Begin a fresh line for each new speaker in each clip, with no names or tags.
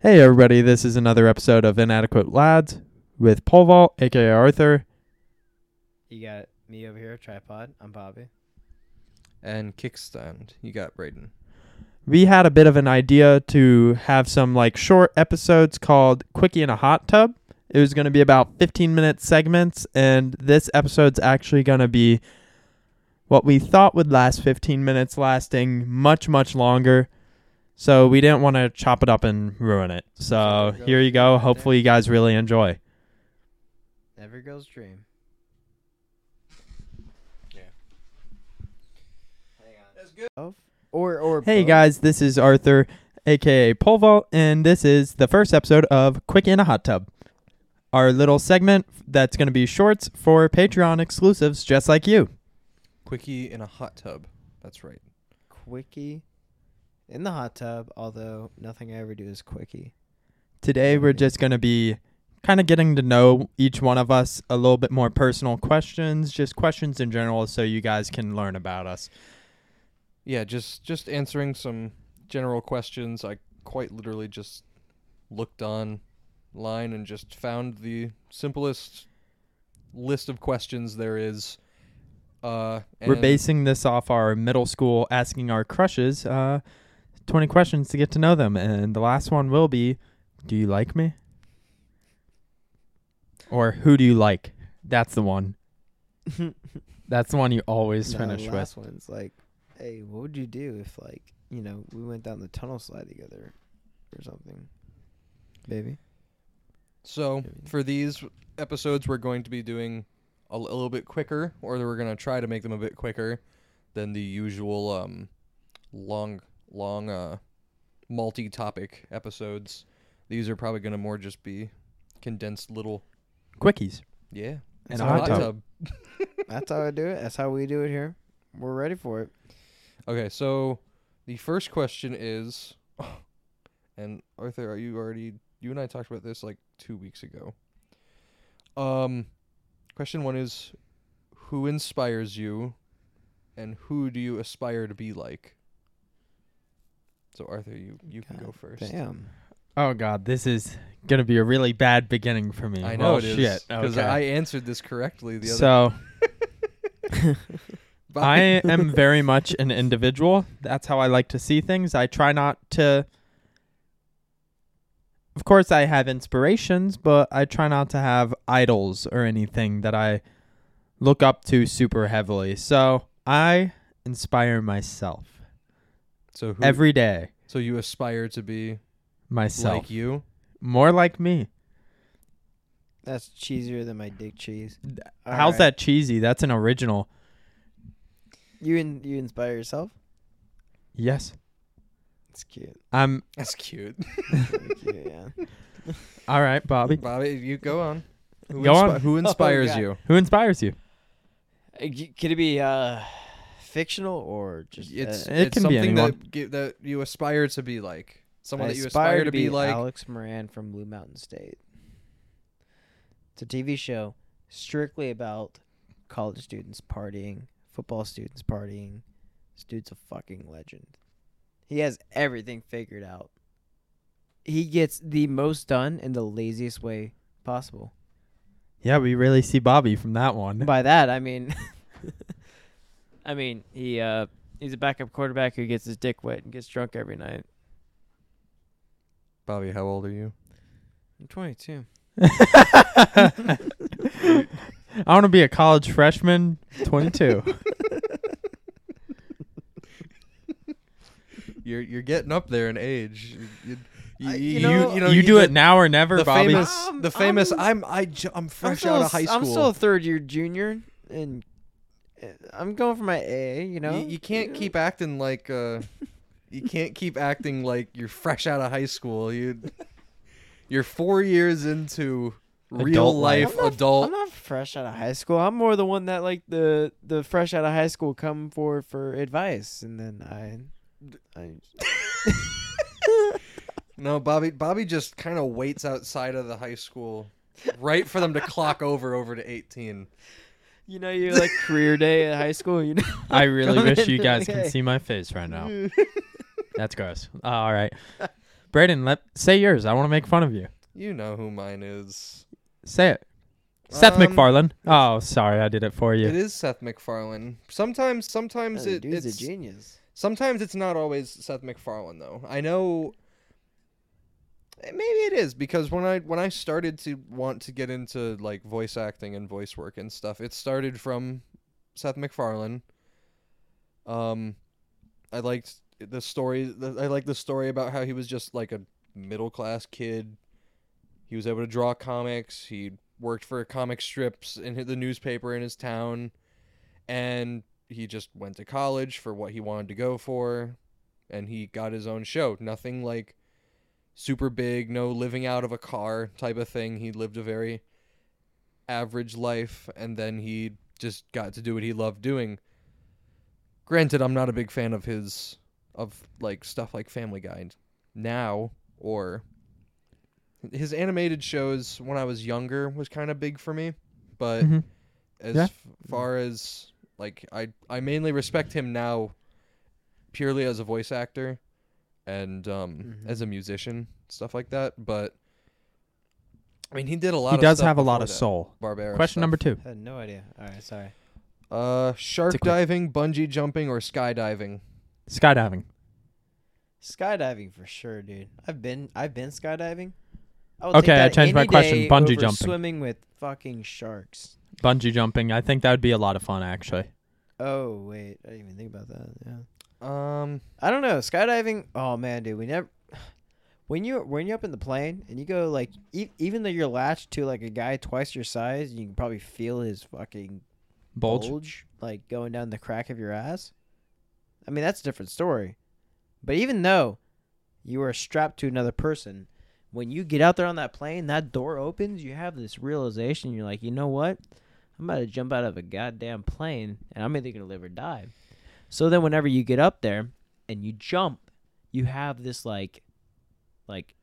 Hey everybody, this is another episode of Inadequate Lads with Paul Vault, aka Arthur.
You got me over here, tripod. I'm Bobby.
and kickstand. You got Braden.
We had a bit of an idea to have some like short episodes called Quickie in a Hot Tub. It was going to be about 15 minute segments, and this episode's actually going to be what we thought would last 15 minutes, lasting much, much longer. So we didn't want to chop it up and ruin it. So
there you go.
here you go. Hopefully, you guys really enjoy.
Every girl's dream.
Yeah.
Hang on. That's good. Or or
Hey
both.
guys, this is Arthur, aka Pole Vault, and this is the first episode of Quick in a Hot Tub, our little segment that's going to be shorts for Patreon exclusives just like you.
Quickie in a hot tub. That's right.
Quickie in the hot tub. Although nothing I ever do is quickie.
Today, we're just going to be kind of getting to know each one of us a little bit more personal questions, just questions in general, so you guys can learn about us.
Yeah, just just answering some general questions. I quite literally just looked online and just found the simplest list of questions there is. Uh,
we're
and-
basing this off our middle school asking our crushes uh, 20 questions to get to know them, and the last one will be Do you like me? Or Who do you like? That's the one. That's the one you always
No,
finish
the
with.
last one's like, hey, what would you do if like you know we went down the tunnel slide together or something, baby?
So
Maybe.
for these episodes, we're going to be doing a, l- a little bit quicker, or we're going to try to make them a bit quicker than the usual um, long, long, uh, multi-topic episodes. These are probably going to more just be condensed little.
Quickies.
Yeah,
And
it's
a hot tub.
That's how I do it. That's how we do it here. We're ready for it.
Okay, so the first question is, and Arthur, are you already? You and I talked about this like two weeks ago. Um, question one is, who inspires you, and who do you aspire to be like? So Arthur, you you can go
God
first.
Damn.
Oh, God. This is going to be a really bad beginning for me.
I know
oh,
it is
shit.
because
Okay.
I answered this correctly the other.
so
Bye.
I am very much an individual. That's how I like to see things. I try not to. Of course, I have inspirations, but I try not to have idols or anything that I look up to super heavily. So I inspire myself
so who,
every day.
so you aspire to be
Myself,
like you.
more like me.
That's cheesier than my dick cheese.
Th-
All
How's
right.
that cheesy? That's an original.
You in, you inspire yourself.
Yes,
It's cute.
I'm.
That's cute,
Pretty cute, yeah.
All right, Bobby.
Bobby. You go on. Who
Go on.
Who inspires
God.
you?
Who inspires you?
Uh, y- Could it be uh, fictional or just
it's
uh,
It
it's
can be
something
anyone.
that gi- that you aspire to be like someone
I
that you aspire to be, like
Alex Moran from Blue Mountain State? It's a TV show strictly about college students partying, football students partying. This dude's a fucking legend. He has everything figured out. He gets the most done in the laziest way possible.
Yeah, we really see Bobby from that one.
By that, I mean, I mean he uh he's a backup quarterback who gets his dick wet and gets drunk every night.
Bobby. How old are you?
I'm 22.
I want to be a college freshman, 22.
You're you're getting up there in age. You you,
I-
you,
you
you,
know-
know,
you do
the-
it now or never,
The
Bobby.
famous,
Um,
the famous.
I'm-
I'm I ju- I'm fresh out of high
s-
school.
I'm still a third year junior, and uh, I'm going for my A. You know,
you, you can't
know?
keep acting like uh, you can't keep acting like you're fresh out of high school. You you're four years into real
Adult life.
life,
I'm not-
adult.
I'm not fresh out of high school. I'm more the one that like the the fresh out of high school come for for advice, and then I, I
No, Bobby. Bobby just kind of waits outside of the high school, right for them to clock over over to eighteen.
you know you like career day at high school. You know,
I really
Come
wish
in
you guys
today.
can see my face right now. That's gross. All right. Braden, let say yours. I want to make fun of you.
You know who mine is.
Say it. Seth
Um,
MacFarlane. Oh, sorry, I did it for
It
you.
is Seth MacFarlane. Sometimes, sometimes
Oh,
it,
dude's a
it's
genius.
sometimes it's not always Seth MacFarlane though. I know. eh, Maybe it is because when I when I started to want to get into like voice acting and voice work and stuff, it started from Seth MacFarlane. Um, I liked the story. The, I liked the story about how he was just like a middle class kid. He was able to draw comics. He worked for comic strips in the newspaper in his town, and he just went to college for what he wanted to go for, and he got his own show. Nothing like super big, no living out of a car type of thing. He lived a very average life, and then he just got to do what he loved doing. Granted, I'm not a big fan of his of like stuff like Family Guide now or his animated shows when I was younger was kind of big for me, but
Mhm.
as
Yeah.
f- far as like I I mainly respect him now purely as a voice actor and um
Mm-hmm.
Mhm.
as a musician stuff like that but I mean he did a lot
He
of
does
stuff
have a lot
before
of
that.
soul.
Barbera
Question
stuff.
number two.
Had no idea. All right, sorry.
uh shark
It's a quick-
diving bungee jumping or skydiving
Skydiving.
Skydiving for sure, dude. I've been I've been skydiving. I would
Okay, I changed my
any
question.
day
Bungee
over
jumping.
Swimming with fucking sharks.
Bungee jumping. I think that would be a lot of fun actually.
Oh wait, I didn't even think about that. Yeah.
um
I don't know. Skydiving. Oh man, dude, we never. When you when you're up in the plane and you go like e- even though you're latched to like a guy twice your size, you can probably feel his fucking
Bulge.
like going down the crack of your ass. I mean, that's a different story. But even though you are strapped to another person, when you get out there on that plane, that door opens, you have this realization. You're like, you know what? I'm about to jump out of a goddamn plane and I'm either going to live or die. So then, whenever you get up there and you jump, you have this like, like,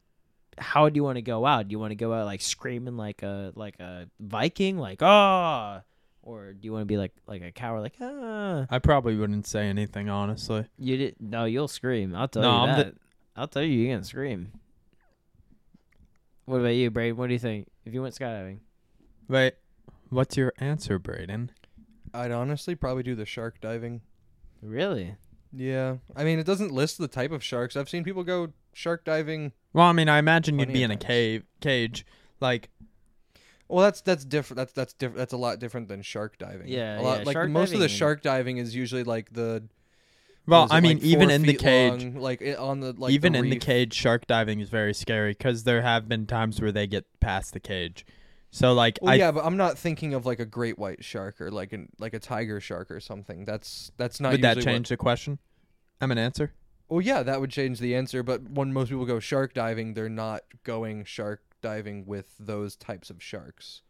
how do you want to go out? Do you want to go out like screaming like a like a Viking, like ah, or do you want to be like like a coward, like ah?
I probably wouldn't say anything honestly.
You did no, you'll scream. I'll tell
No,
you
I'm the-
that. I'll tell you, you're gonna scream. What about you, Braden? What do you think if you went skydiving?
Wait, what's your answer, Braden?
I'd honestly probably do the shark diving
Really?
yeah I mean it doesn't list the type of sharks I've seen people go shark diving
Well, I mean, I imagine you'd
Plenty
be in
of
a
times.
cave cage, like
Well, that's that's different. That's that's different. That's a lot different than shark diving.
Yeah,
a lot,
yeah,
Like
shark
most of the
diving-
shark diving is usually like the. what
Well,
is it,
I mean,
like,
even
four
in the
feet
cage,
long, like it, on the like
even
the
in the
reef.
cage, shark diving is very scary because there have been times where they get past the cage. So like,
Well,
I
yeah, but I'm not thinking of like a great white shark or like an like a tiger shark or something. That's that's not.
would that
usually what-
change the question? I'm an answer.
Well, yeah, that would change the answer. But when most people go shark diving, they're not going shark diving with those types of sharks.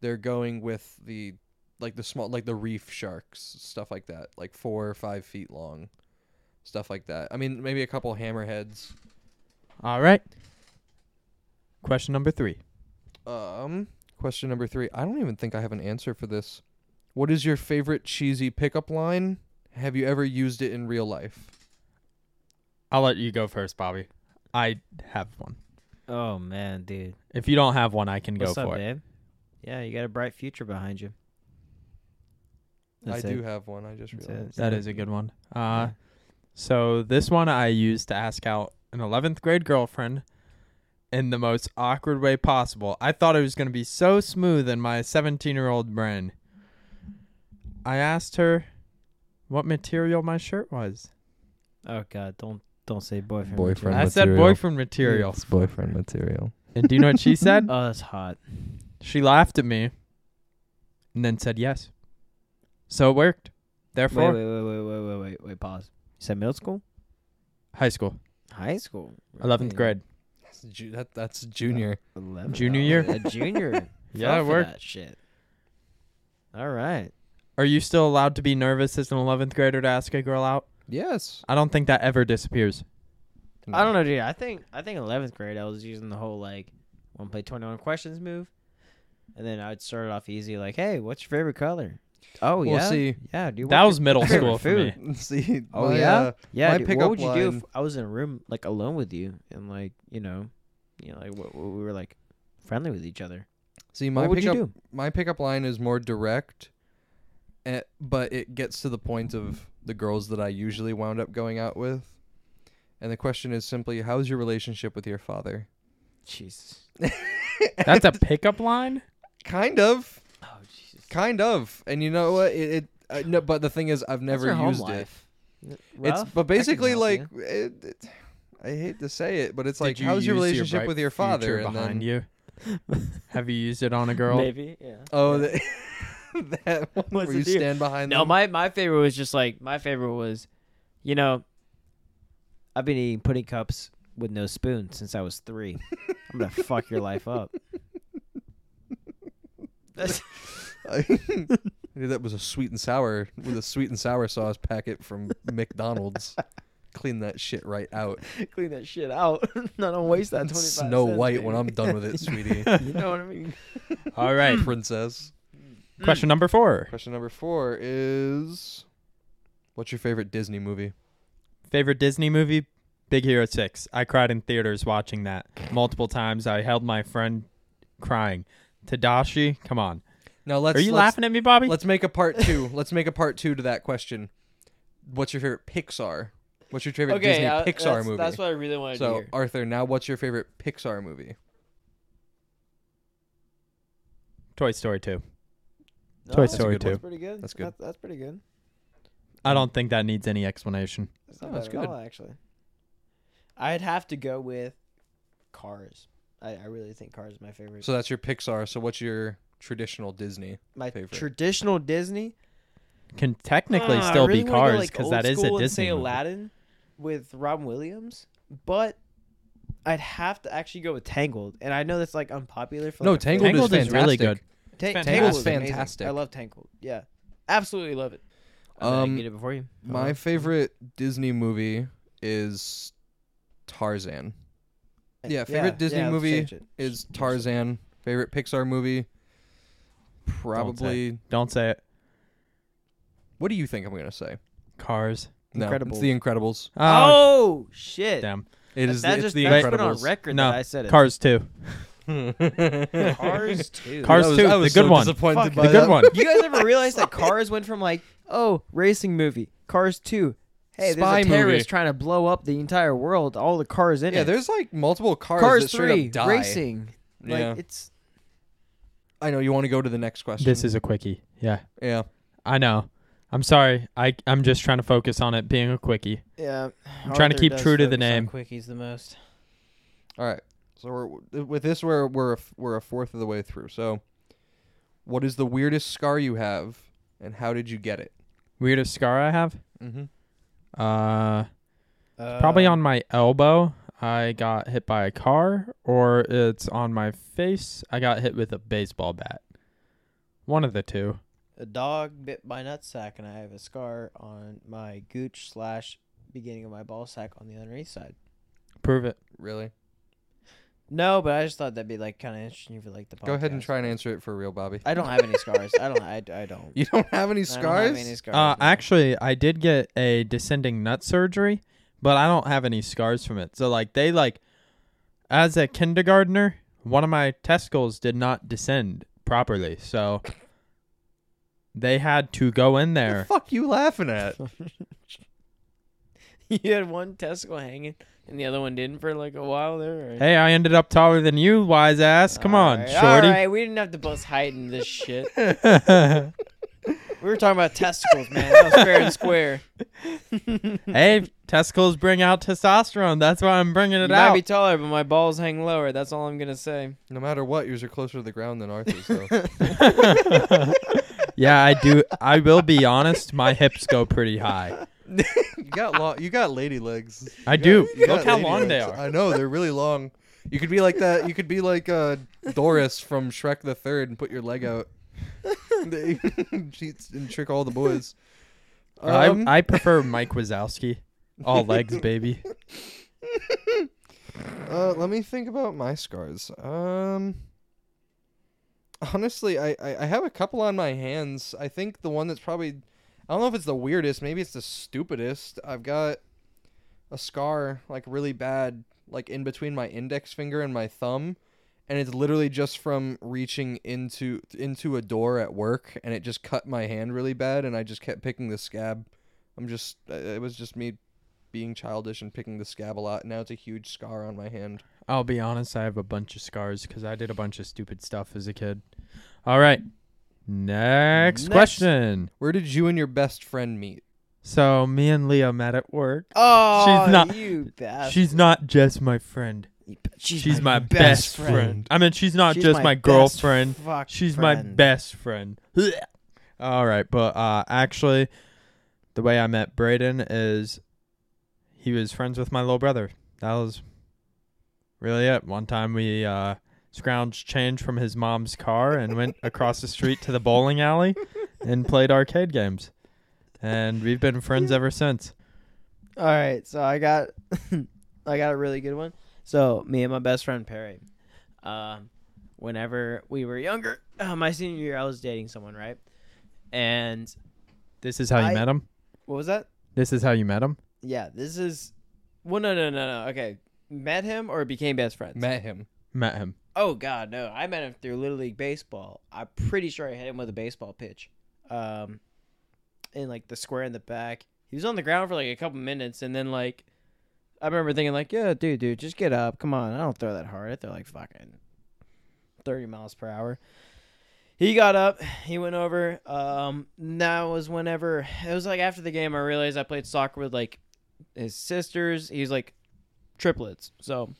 They're going with the like the small like the reef sharks stuff like that, like four or five feet long, stuff like that. I mean, maybe a couple hammerheads.
All right. Question number three.
Um, question number three. I don't even think I have an answer for this. What is your favorite cheesy pickup line? Have you ever used it in real life?
I'll let you go first, Bobby. I have one.
Oh man, dude.
If you don't have one, I can
What's
go
up,
for it.
babe? Yeah, you got a bright future behind you. That's
I
it.
do have one. I just
That's
realized.
it.
That is a good one. Uh, so this one I used to ask out an 11th grade girlfriend in the most awkward way possible. I thought it was going to be so smooth in my 17 year old brain. I asked her what material my shirt was.
Oh god, don't don't say boyfriend.
Boyfriend.
I
material.
said
material.
boyfriend material.
boyfriend material.
And do you know what she said?
Oh, that's hot.
She laughed at me and then said yes. So it worked. Therefore,
Wait, wait, wait, wait, wait, wait, wait, wait. Pause. You said middle school,
high school,
high school,
11th grade.
That's ju- that, that's junior.
Eleven.
Junior
oh,
year.
A junior. Fell
Yeah, it
for
worked.
That shit. All right.
Are you still allowed to be nervous as an 11th grader to ask a girl out?
Yes.
I don't think that ever disappears.
Hmm.
I don't know, dude. I think I think eleventh grade, I was using the whole like want to play twenty one questions move, and then I'd start it off easy, like, "Hey, what's your favorite color?" Oh
We'll
yeah.
see.
Yeah, dude.
That
what
was
your
middle
favorite
school for me.
food?
See.
Oh,
my,
yeah?
uh,
Yeah,
My
dude,
pickup
what would you do
line-
if I was in a room like alone with you and like you know, you know, like what, what we were like friendly with each other?
see. My
what would
pickup.
you do?
My pickup line is more direct, eh, but it gets to the point of the girls that I usually wound up going out with, and the question is simply, "How's your relationship with your father?"
Jesus.
That's a pickup line.
Kind of.
Oh Jesus.
Kind of. And you know what? It. it uh, no, but the thing is, I've never
That's her
used
home
it.
life. N-
It's
rough?
but
I can
basically
help
like
you.
it, it- I hate to say it, but it's
Did
like how's your
use
relationship
bright
with your
future
father and
behind
then
you? Have you used it on a girl?
maybe yeah.
oh
Yeah.
the, that one
What's
where
the
you
deal?
stand behind
No,
them.
my my favorite was just like my favorite was, you know, I've been eating pudding cups with no spoon since I was three. I'm gonna fuck your life up. That's-
Dude, that was a sweet and sour with a sweet and sour sauce packet from McDonald's. Clean that shit right out.
clean that shit out. Not gonna waste that twenty five.
Snow White when I'm done with it, sweetie.
You know what I mean?
All right.
Princess.
Question number four.
Question number four is What's your favorite Disney movie?
Favorite Disney movie? Big Hero 6. I cried in theaters watching that multiple times. I held my friend crying. Tadashi, come on.
Now let's
Are you
let's,
laughing at me, Bobby?
Let's make a part two. Let's make a part two to that question. What's your favorite Pixar? What's your favorite Disney Pixar
uh, that's,
movie?
That's what I really wanted to
so uh,
hear.
Arthur, now what's your favorite Pixar movie?
Toy Story 2.
No,
Toy
that's
Story
good. That's
two.
pretty good.
That's good.
That- that's pretty good.
I don't think that needs any explanation.
That's not
No, it's
bad at
Oh, good.
all, actually. I'd have to go with Cars. I, I really think Cars is my favorite.
So that's your Pixar. So what's your traditional Disney?
my
favorite.
traditional Disney.
Can technically
Ah, I
still
really
be
wanna go,
Cars
like,
because
old
that is
school
a
and
Disney
Say
movie.
Aladdin with Robin Williams, but I'd have to actually go with Tangled, and I know that's like unpopular for
no,
like, a
Tangled,
Tangled
is
is really
fantastic.
Ta-
Fantastic.
Tangled is
Tangled's
amazing.
fantastic.
I love Tangled. Yeah, absolutely love it. I mean, I
Um,
can get it before you. Uh-huh.
My favorite Disney movie is Tarzan. yeah, favorite Disney
let's
movie
change it.
Is Tarzan favorite Pixar movie? Probably.
Don't say it.
What do you think I'm gonna say?
Cars.
No, it's The Incredibles.
Oh,
Oh shit!
damn.
uh, It
That-
is.
that
it's
just
The
that's been on
Incredibles.
record
No,
that I said it.
Cars 2.
Cars too.
Cars
I was-
2,
I
the
was
good
so
one.
disappointed
Fuck,
by
The
that.
good one.
You guys ever realize that Cars went from like, oh, racing movie, Cars 2. Hey,
Spy
there's a
movie.
terrorist trying to blow up the entire world, all the cars in
Yeah,
it.
there's like multiple cars,
Cars
that straight
3,
up die.
racing. Like,
Yeah.
it's.
I know you want to go to the next question.
This is a quickie. Yeah.
yeah.
I know. I'm sorry. I, I'm just trying to focus on it being a quickie.
Yeah. I'm
trying to keep true to the name.
Quickies the most.
All right. So we're with this we're we're a, f- we're a fourth of the way through. So what is the weirdest scar you have and how did you get it?
Weirdest scar I have?
Mhm.
Uh, Probably
Uh,
on my elbow. I got hit by a car, or it's on my face. I got hit with a baseball bat. One of the two.
A dog bit my nutsack, and I have a scar on my gooch slash beginning of my ball sack on the underneath side.
Prove it.
Really?
No, but I just thought that'd be like kind of interesting for like the podcast.
Go ahead and try and answer it for real, Bobby.
I don't have any scars. I don't. I, I don't.
You don't have any
I don't have
scars?
any scars,
Uh,
no.
actually, I did get a descending nut surgery, but I don't have any scars from it. So, like, they like, as a kindergartner, one of my testicles did not descend properly, so they had to go in
What the
there.
fuck you laughing at?
you had one testicle hanging and the other one didn't for like a while there. Or...
Hey, I ended up taller than you, wise ass. Come on,
Alright,
shorty.
alright, we didn't have to bust heighten this shit. We were talking about testicles, man. That was fair and square.
hey, testicles bring out testosterone. That's why I'm bringing
You
it
might
out.
be taller, but my balls hang lower. That's all I'm gonna say.
No matter what, yours are closer to the ground than Arthur's though.
yeah, I do. I will be honest. My hips go pretty high.
you got lo- you got lady legs.
I do.
You got
Look how
lady
long they
legs.
are.
I know, they're really long. You could be like that. You could be like uh, Doris from Shrek the Third and put your leg out. They- Cheats and trick all the boys. Um,
I, I prefer Mike Wazowski. All legs, baby.
uh, let me think about my scars. Um, honestly, I, I I have a couple on my hands. I think the one that's probably I don't know if it's the weirdest, maybe it's the stupidest. I've got a scar like really bad, like in between my index finger and my thumb, and it's literally just from reaching into into a door at work, and it just cut my hand really bad, and I just kept picking the scab. I'm just uh, it was just me being childish and picking the scab a lot. and Now it's a huge scar on my hand.
I'll be honest, I have a bunch of scars because I did a bunch of stupid stuff as a kid. All right. Next,
Next.
question.
Where did you and your best friend meet?
So, me and Leah met at work.
Oh,
not-
you bastard.
She's not just my friend.
You-
She's, my, best, friend.
friend.
I mean, she's not
She's
just my,
best
girlfriend.
fuck
She's my
friend.
best friend. Blech. All right, but uh, actually, the way I met Braden is he was friends with my little brother. That was really it. One time we uh, scrounged change from his mom's car and went across the street to the bowling alley and played arcade games. And we've been friends ever since.
All right, so I got I got a really good one. So me and my best friend Perry, um, whenever we were younger, uh, my senior year, I was dating someone, right? And
This is how you
I-
met him.
what was that?
This is how you met him.
Yeah, this is. Well, no, no, no, no. Okay, met him or became best friends?
Met him.
Met him.
Oh God, no! I met him through Little League baseball. I'm pretty sure I hit him with a baseball pitch, um, in like the square in the back. He was on the ground for like a couple minutes, and then like, I remember thinking like, yeah, dude, dude, just get up, come on! I don't throw that hard. I throw like fucking thirty miles per hour. He got up. He went over. Um, and that was whenever it was like after the game. I realized I played soccer with like his sisters. He was like triplets, so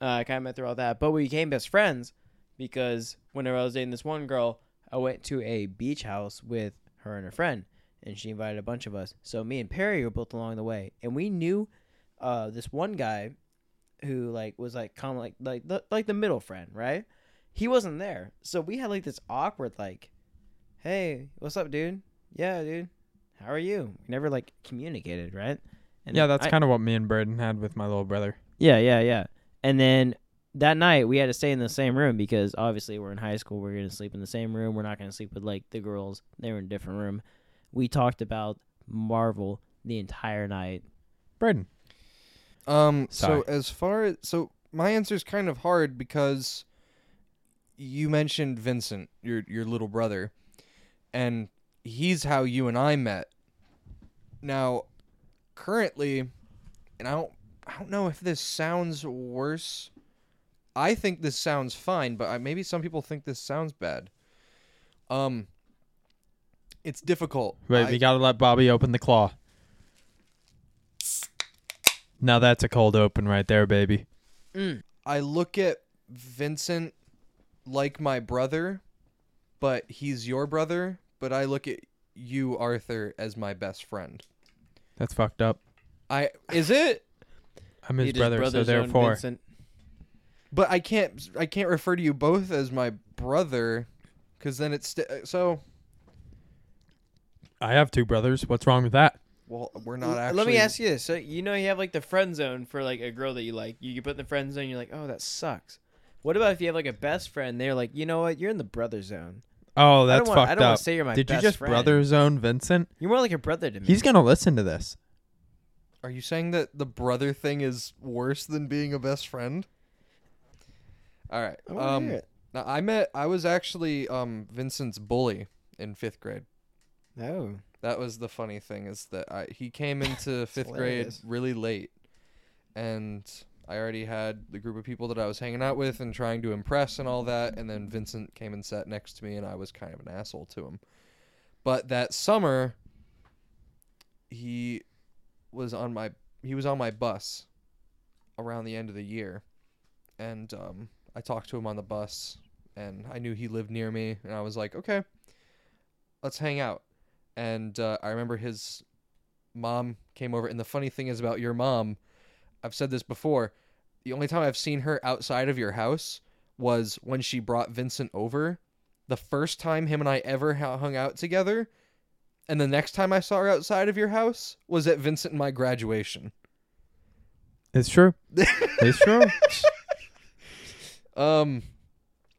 uh, kind of met through all that. But we became best friends because whenever I was dating this one girl, I went to a beach house with her and her friend, and she invited a bunch of us. So me and Perry were both along the way, and we knew uh, this one guy who like was like kind of like like the, like the middle friend, right? He wasn't there, so we had like this awkward like, "Hey, what's up, dude? Yeah, dude, how are you?" We never like communicated, right? And
yeah,
then
that's
I-
kind of what me and Braden had with my little brother.
yeah, yeah, yeah. And then that night we had to stay in the same room because obviously we're in high school. We're going to sleep in the same room. We're not going to sleep with like the girls. They were in a different room. We talked about Marvel the entire night.
Braden.
Um.
Sorry.
So as far as so my answer is kind of hard because you mentioned Vincent, your your little brother, and he's how you and I met. Now, currently, and I don't I don't know if this sounds worse. I think this sounds fine, but I, maybe some people think this sounds bad. Um, it's difficult.
Wait,
I-
we gotta let Bobby open the claw. Now that's a cold open right there, baby.
I look at Vincent like my brother, but he's your brother, but I look at you, Arthur, as my best friend.
That's fucked up.
I is it?
I'm his brother, so therefore.
But I can't I can't refer to you both as my brother cuz then it's st- so
I have two brothers. What's wrong with that?
well we're not
L-
actually
Let me ask you this. So you know you have like the friend zone for like a girl that you like. You can put in the friend zone. You're like, oh, that sucks. What about if you have like a best friend? They're like, you know what? You're in the brother zone.
Oh, that's
I don't want, I
fucked
don't
up.
want to say you're my
Did you
best
just
friend. Mm.
brother zone Vincent?
You're more like a brother to me.
He's gonna listen to this.
Are you saying that the brother thing is worse than being a best friend? All right.
I wanna
um
hear it.
now I met I was actually um Vincent's bully in 5th grade.
No.
That was the funny thing is that I, he came into fifth grade
hilarious.
really late, and I already had the group of people that I was hanging out with and trying to impress and all that. And then Vincent came and sat next to me, and I was kind of an asshole to him. But that summer, he was on my he was on my bus around the end of the year, and um, I talked to him on the bus, and I knew he lived near me, and I was like, okay, let's hang out and uh, I remember his mom came over. And the funny thing is about your mom, I've said this before. The only time I've seen her outside of your house was when she brought Vincent over. The first time him and I ever ha- hung out together, and the next time I saw her outside of your house was at Vincent and my graduation.
It's true. It's true.
Um,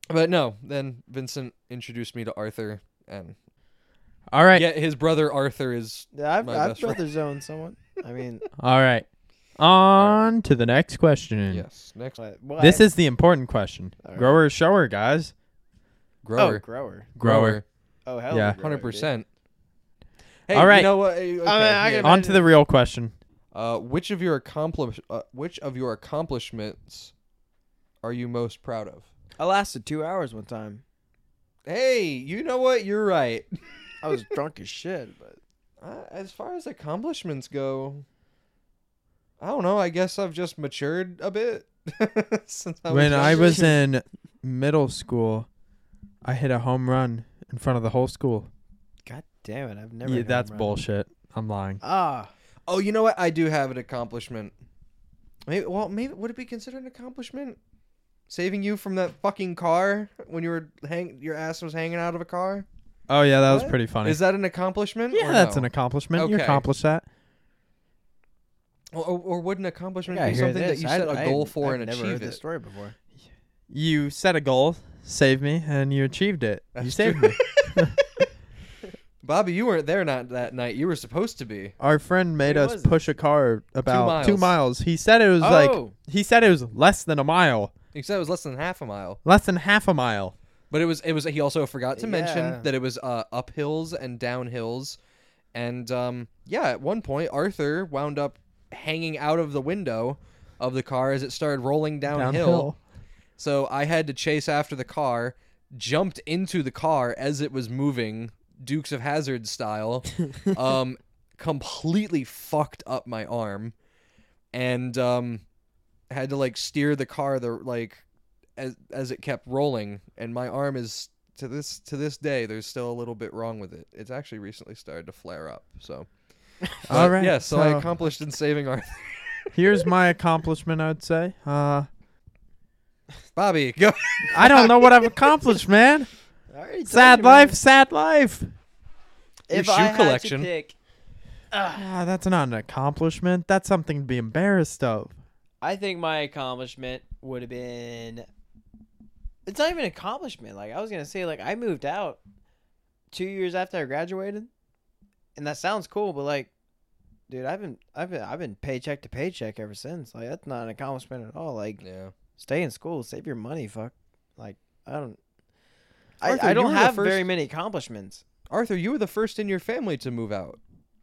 But no, then Vincent introduced me to Arthur, and
All right.
yeah, his brother Arthur is
I've,
My
I've
best friend.
brother zoned someone. I mean,
All right. On to the next question.
yes next
Oh,
but, well,
This
I-
is the important question.
All right.
Grower, shower, guys.
oh
grower
grower.
Grower.
Oh hell
Yeah.
grower,
hundred
dude.
percent. Hey,
All right.
You know what? Hey, okay,
I
yeah.
can-
On to the real question.
Uh, which of your accomplish uh, which of your accomplishments are you most proud of?
I lasted two hours one time.
Hey, you know what? You're right.
I was drunk as shit, but
Uh, as far as accomplishments go, I don't know. I guess I've just matured a bit since I was
when I
younger.
was in middle school, I hit a home run in front of the whole school.
god damn it, I've never.
Yeah,
hit a
that's
home run.
bullshit. I'm lying.
Ah,
Oh, you know what? I do have an accomplishment. Maybe, well, maybe would it be considered an accomplishment? Saving you from that fucking car when you were hang your ass was hanging out of a car.
Oh yeah, that was
What?
pretty funny.
Is that an accomplishment?
yeah,
or
that's
no?
an accomplishment. You
Okay.
accomplished that.
Or, or, or would an accomplishment
I
be
hear
something that
this.
you
I-
set a
I-
goal for
I've
and
never
achieve
heard
it?
this story before.
You set a goal, save me, and you achieved it. you
That's
saved
true.
me.
Bobby, you weren't there not that night. You were supposed to be.
Our friend made
It
us
wasn't.
push a car about two miles.
miles.
He said it was like
Oh.
he said it was less than a mile,
Except it was less than half a mile.
less than half a mile.
But it was it was he also forgot to
Yeah.
mention that it was uh, up hills and down hills, and um, yeah, at one point Arthur wound up hanging out of the window of the car as it started rolling downhill.
Downhill.
So I had to chase after the car, jumped into the car as it was moving, Dukes of Hazard style, um, completely fucked up my arm, and um, had to like steer the car the like as as it kept rolling, and my arm is to this to this day there's still a little bit wrong with it. It's actually recently started to flare up. So
All
But,
right,
yeah. So, I
so-
accomplished in saving Arthur.
Here's my accomplishment. I'd say. Uh,
Bobby, go.
I don't know what I've accomplished, man.
I already told
Sad
you, man.
life, sad life.
Your
If
shoe
I had to
collection.
pick,
Ah, that's not an accomplishment. That's something to be embarrassed of.
I think my accomplishment would have been. It's not even an accomplishment. Like I was gonna say, like I moved out two years after I graduated, and that sounds cool, but like, dude, I've been, I've been, I've been paycheck to paycheck ever since. Like that's not an accomplishment at all. Like
Yeah.
stay in school, save your money, fuck. Like I don't,
Arthur,
I, I
you
don't
were the
have
first-
very many accomplishments.
Arthur, you were the first in your family to move out.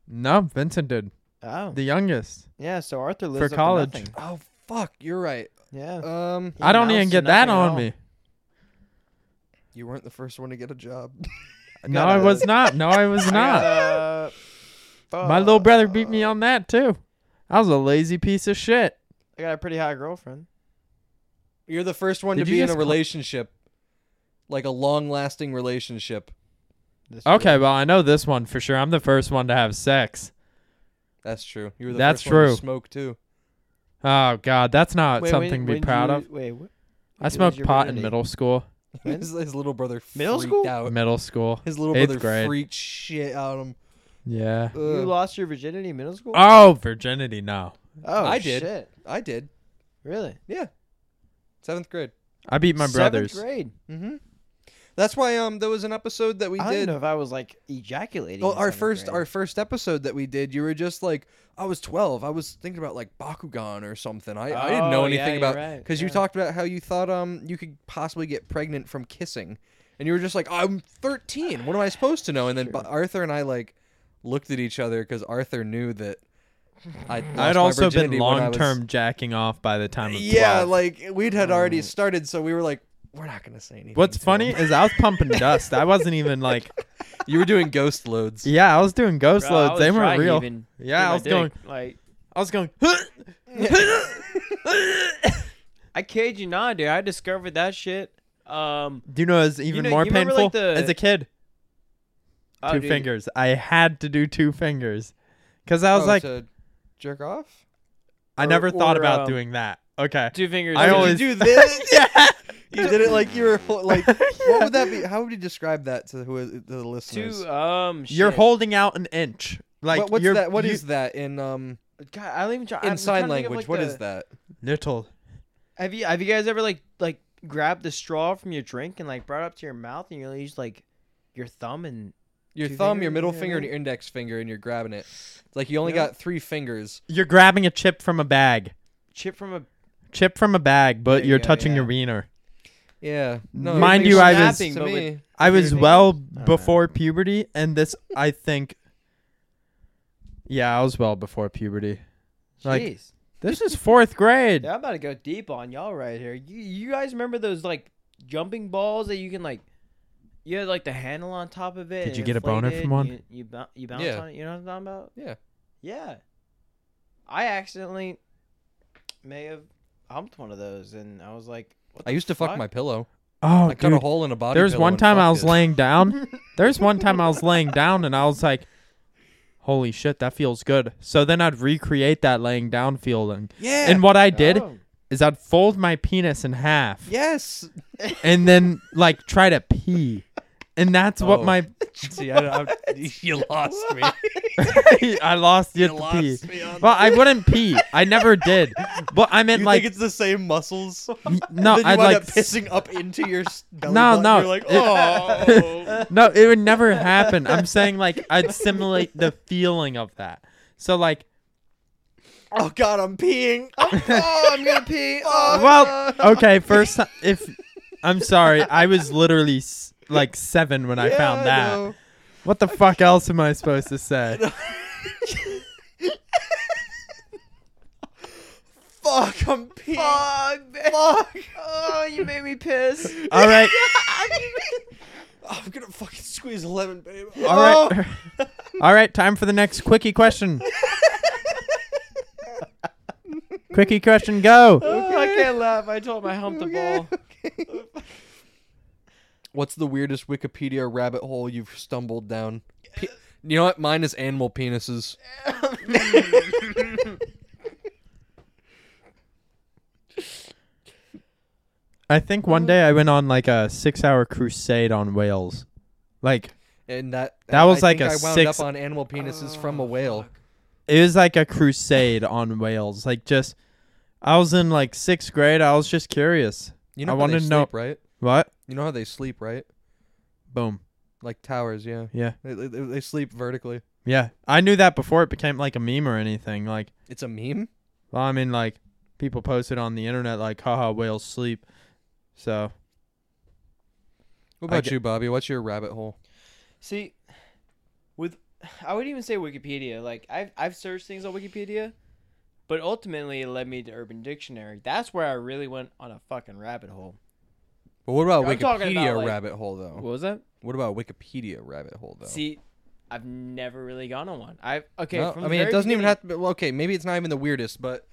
No, Vincent did.
Oh,
The youngest.
yeah. So Arthur lives
for
up to
college.
nothing.
Oh fuck, you're right.
Yeah.
Um,
I don't even
amounts to
get that
nothing at
on
all.
me.
you weren't the first one to get a job.
No, I was not. No, I was not.
Uh,
My little brother beat me on that too. I was a lazy piece of shit.
I got a pretty hot girlfriend.
You're the first one
Did
to
you
be in
just
a
call-
relationship, like a long-lasting relationship.
This
Okay, well I know this one for sure. I'm the first one to have sex.
That's true. You were the
That's
first one
true.
to smoke too.
Oh God, that's not
Wait,
something to
when-
be
when
proud
you-
of.
Wait, what?
I smoked
your
pot in
virginity?
middle school.
When?
his, his little brother
Middle
freaked
school?
out.
Middle school.
His little
Eighth
brother
grade.
freaked shit out of him.
Yeah.
You
Ugh.
lost your virginity in middle school?
Oh, virginity. No,
oh,
I did.
Shit.
I did.
Really?
Yeah, seventh grade.
I beat my brothers.
Seventh grade.
Mm-hmm. That's why um there was an episode that we
I don't even
did.
know if I was like ejaculating.
Well,
in
our
seventh
first
grade.
our first episode that we did, you were just like, I was twelve. I was thinking about like Bakugan or something. I, I didn't know
Oh, yeah,
anything
you're
about
right,
because you
yeah.
talked about how you thought um you could possibly get pregnant from kissing, and you were just like, I'm thirteen. What am I supposed to know? And then
Sure.
Ba- Arthur and I like looked at each other because Arthur knew that I lost
I'd
my
also been
virginity when I
long
was-
term jacking off by the time of
Yeah,
12.
like we'd had already
Mm.
started, so we were like, we're not gonna say anything.
What's
to
funny
him."
is I was pumping dust. I wasn't even like,
you were doing ghost loads.
yeah, I was doing ghost
Bro, I
loads. They
was
weren't
dry
real.
heaving through
Yeah,
my
I was
dick.
going.
Like,
I was going.
I kid you not, dude. I discovered that shit. Um,
Do you know it's even
know-
more
you remember,
painful
like, the-
as a kid? Two
oh, dude,
fingers. I had to do two fingers because I was
Oh,
like,
to jerk off.
I
or-
never thought
or,
about
um,
doing that. Okay.
Two fingers.
I
dude.
always-
you do this.
yeah.
You did it like you were hol- like. What
Yeah.
would that be? How would you describe that to who to uh, the listeners?
Two, um, shit.
You're holding out an inch. Like
what, what's
you're,
that? What is
you-
that in um
God, I don't even try.
in
I'm
sign
trying to think of,
language?
Like
What
the,
is that?
little?
Have you have you guys ever like like grabbed the straw from your drink and like brought it up to your mouth and you only used like your thumb and
Your
Two
thumb,
fingers,
your middle
yeah.
finger, and your index finger, and you're grabbing it. It's like you only
Yeah.
got three fingers.
You're grabbing a chip from a bag.
chip from a
Chip from a bag, but
There you
you're
go,
touching
yeah.
your wiener.
Yeah.
Mind
it
you,
makes
I was-
sense to
Snapping, but
me.
I
Your
was
nails.
well
don't
before puberty, and this I think. Yeah, I was well before puberty. Like-
jeez.
This is fourth grade.
Yeah, I'm about to go deep on y'all right here. You, you guys remember those like jumping balls that you can like you had like the handle on top of it.
Did
and
you
it
get a boner from
inflated and
one?
You you, bou- you bounce
Yeah.
on it. You know what I'm talking about?
Yeah.
Yeah. I accidentally may have humped one of those, and I was like, what
I
the
used to fuck
fuck?
my pillow.
Oh,
I cut a
dude.
hole in a body.
There's
pillow
one
and
time I
fucked
was
it.
laying down. There's one time I was laying down, and I was like, "Holy shit, that feels good." So then I'd recreate that laying down feeling,
Yeah.
and what I did
Oh.
is I'd fold my penis in half,
yes.
and then like try to pee, and that's
Oh.
what my
See, I, I, you lost me.
I lost you
You
at the pee.
lost me on
Well, I
that.
wouldn't pee. I never did. But I meant
you
like
think it's the same muscles?
n- no,
then you
I'd
wind
like
up pissing up into your s- belly
No,
button.
no,
You're like,
it-
oh.
no, it would never happen. I'm saying like I'd simulate the feeling of that. So like
oh, God, I'm peeing. Oh, oh, I'm going to pee. Oh,
well, okay, first ti- if I'm sorry, I was literally s- like 7 when I
yeah,
found that.
know.
What the fuck else am I supposed to say?
Fuck, I'm peeing. Fuck,
Oh, you made me piss.
All right.
I'm going to fucking squeeze a lemon, babe. Oh.
All right. All right, time for the next quickie question. quickie question
Oh,
go.
I can't laugh. I told him I humped the ball.
What's the weirdest Wikipedia rabbit hole you've stumbled down? Pe- you know what? Mine is animal penises.
I think one day I went on like a 6-hour crusade on whales. Like
And that
That was
I
like
think
a
I wound
six-
up on animal penises from a whale.
it was like a crusade on whales. Like just, I was in like sixth grade. I was just curious.
You know
I
how
wanna
they
know-
sleep, right?
What?
You know how they sleep, right?
Boom.
Like towers, yeah.
Yeah.
They, they, they sleep vertically.
Yeah. I knew that before it became like a meme or anything. Like,
It's a meme.
well, I mean, like people posted on the internet like, haha, whales sleep. So
What
I
about
get-
you, Bobby? What's your rabbit hole?
See, with I would even say Wikipedia. Like I've I've searched things on Wikipedia, but ultimately it led me to Urban Dictionary. That's where I really went on a fucking rabbit hole.
But what about
I'm talking
Wikipedia
about, like-
rabbit hole though?
What was that?
What about Wikipedia rabbit hole though?
See, I've never really gone on one. I've okay.
No,
from
I
the
mean, it
very
doesn't even
beginning-
have to. Be, well, okay, maybe it's not even the weirdest, but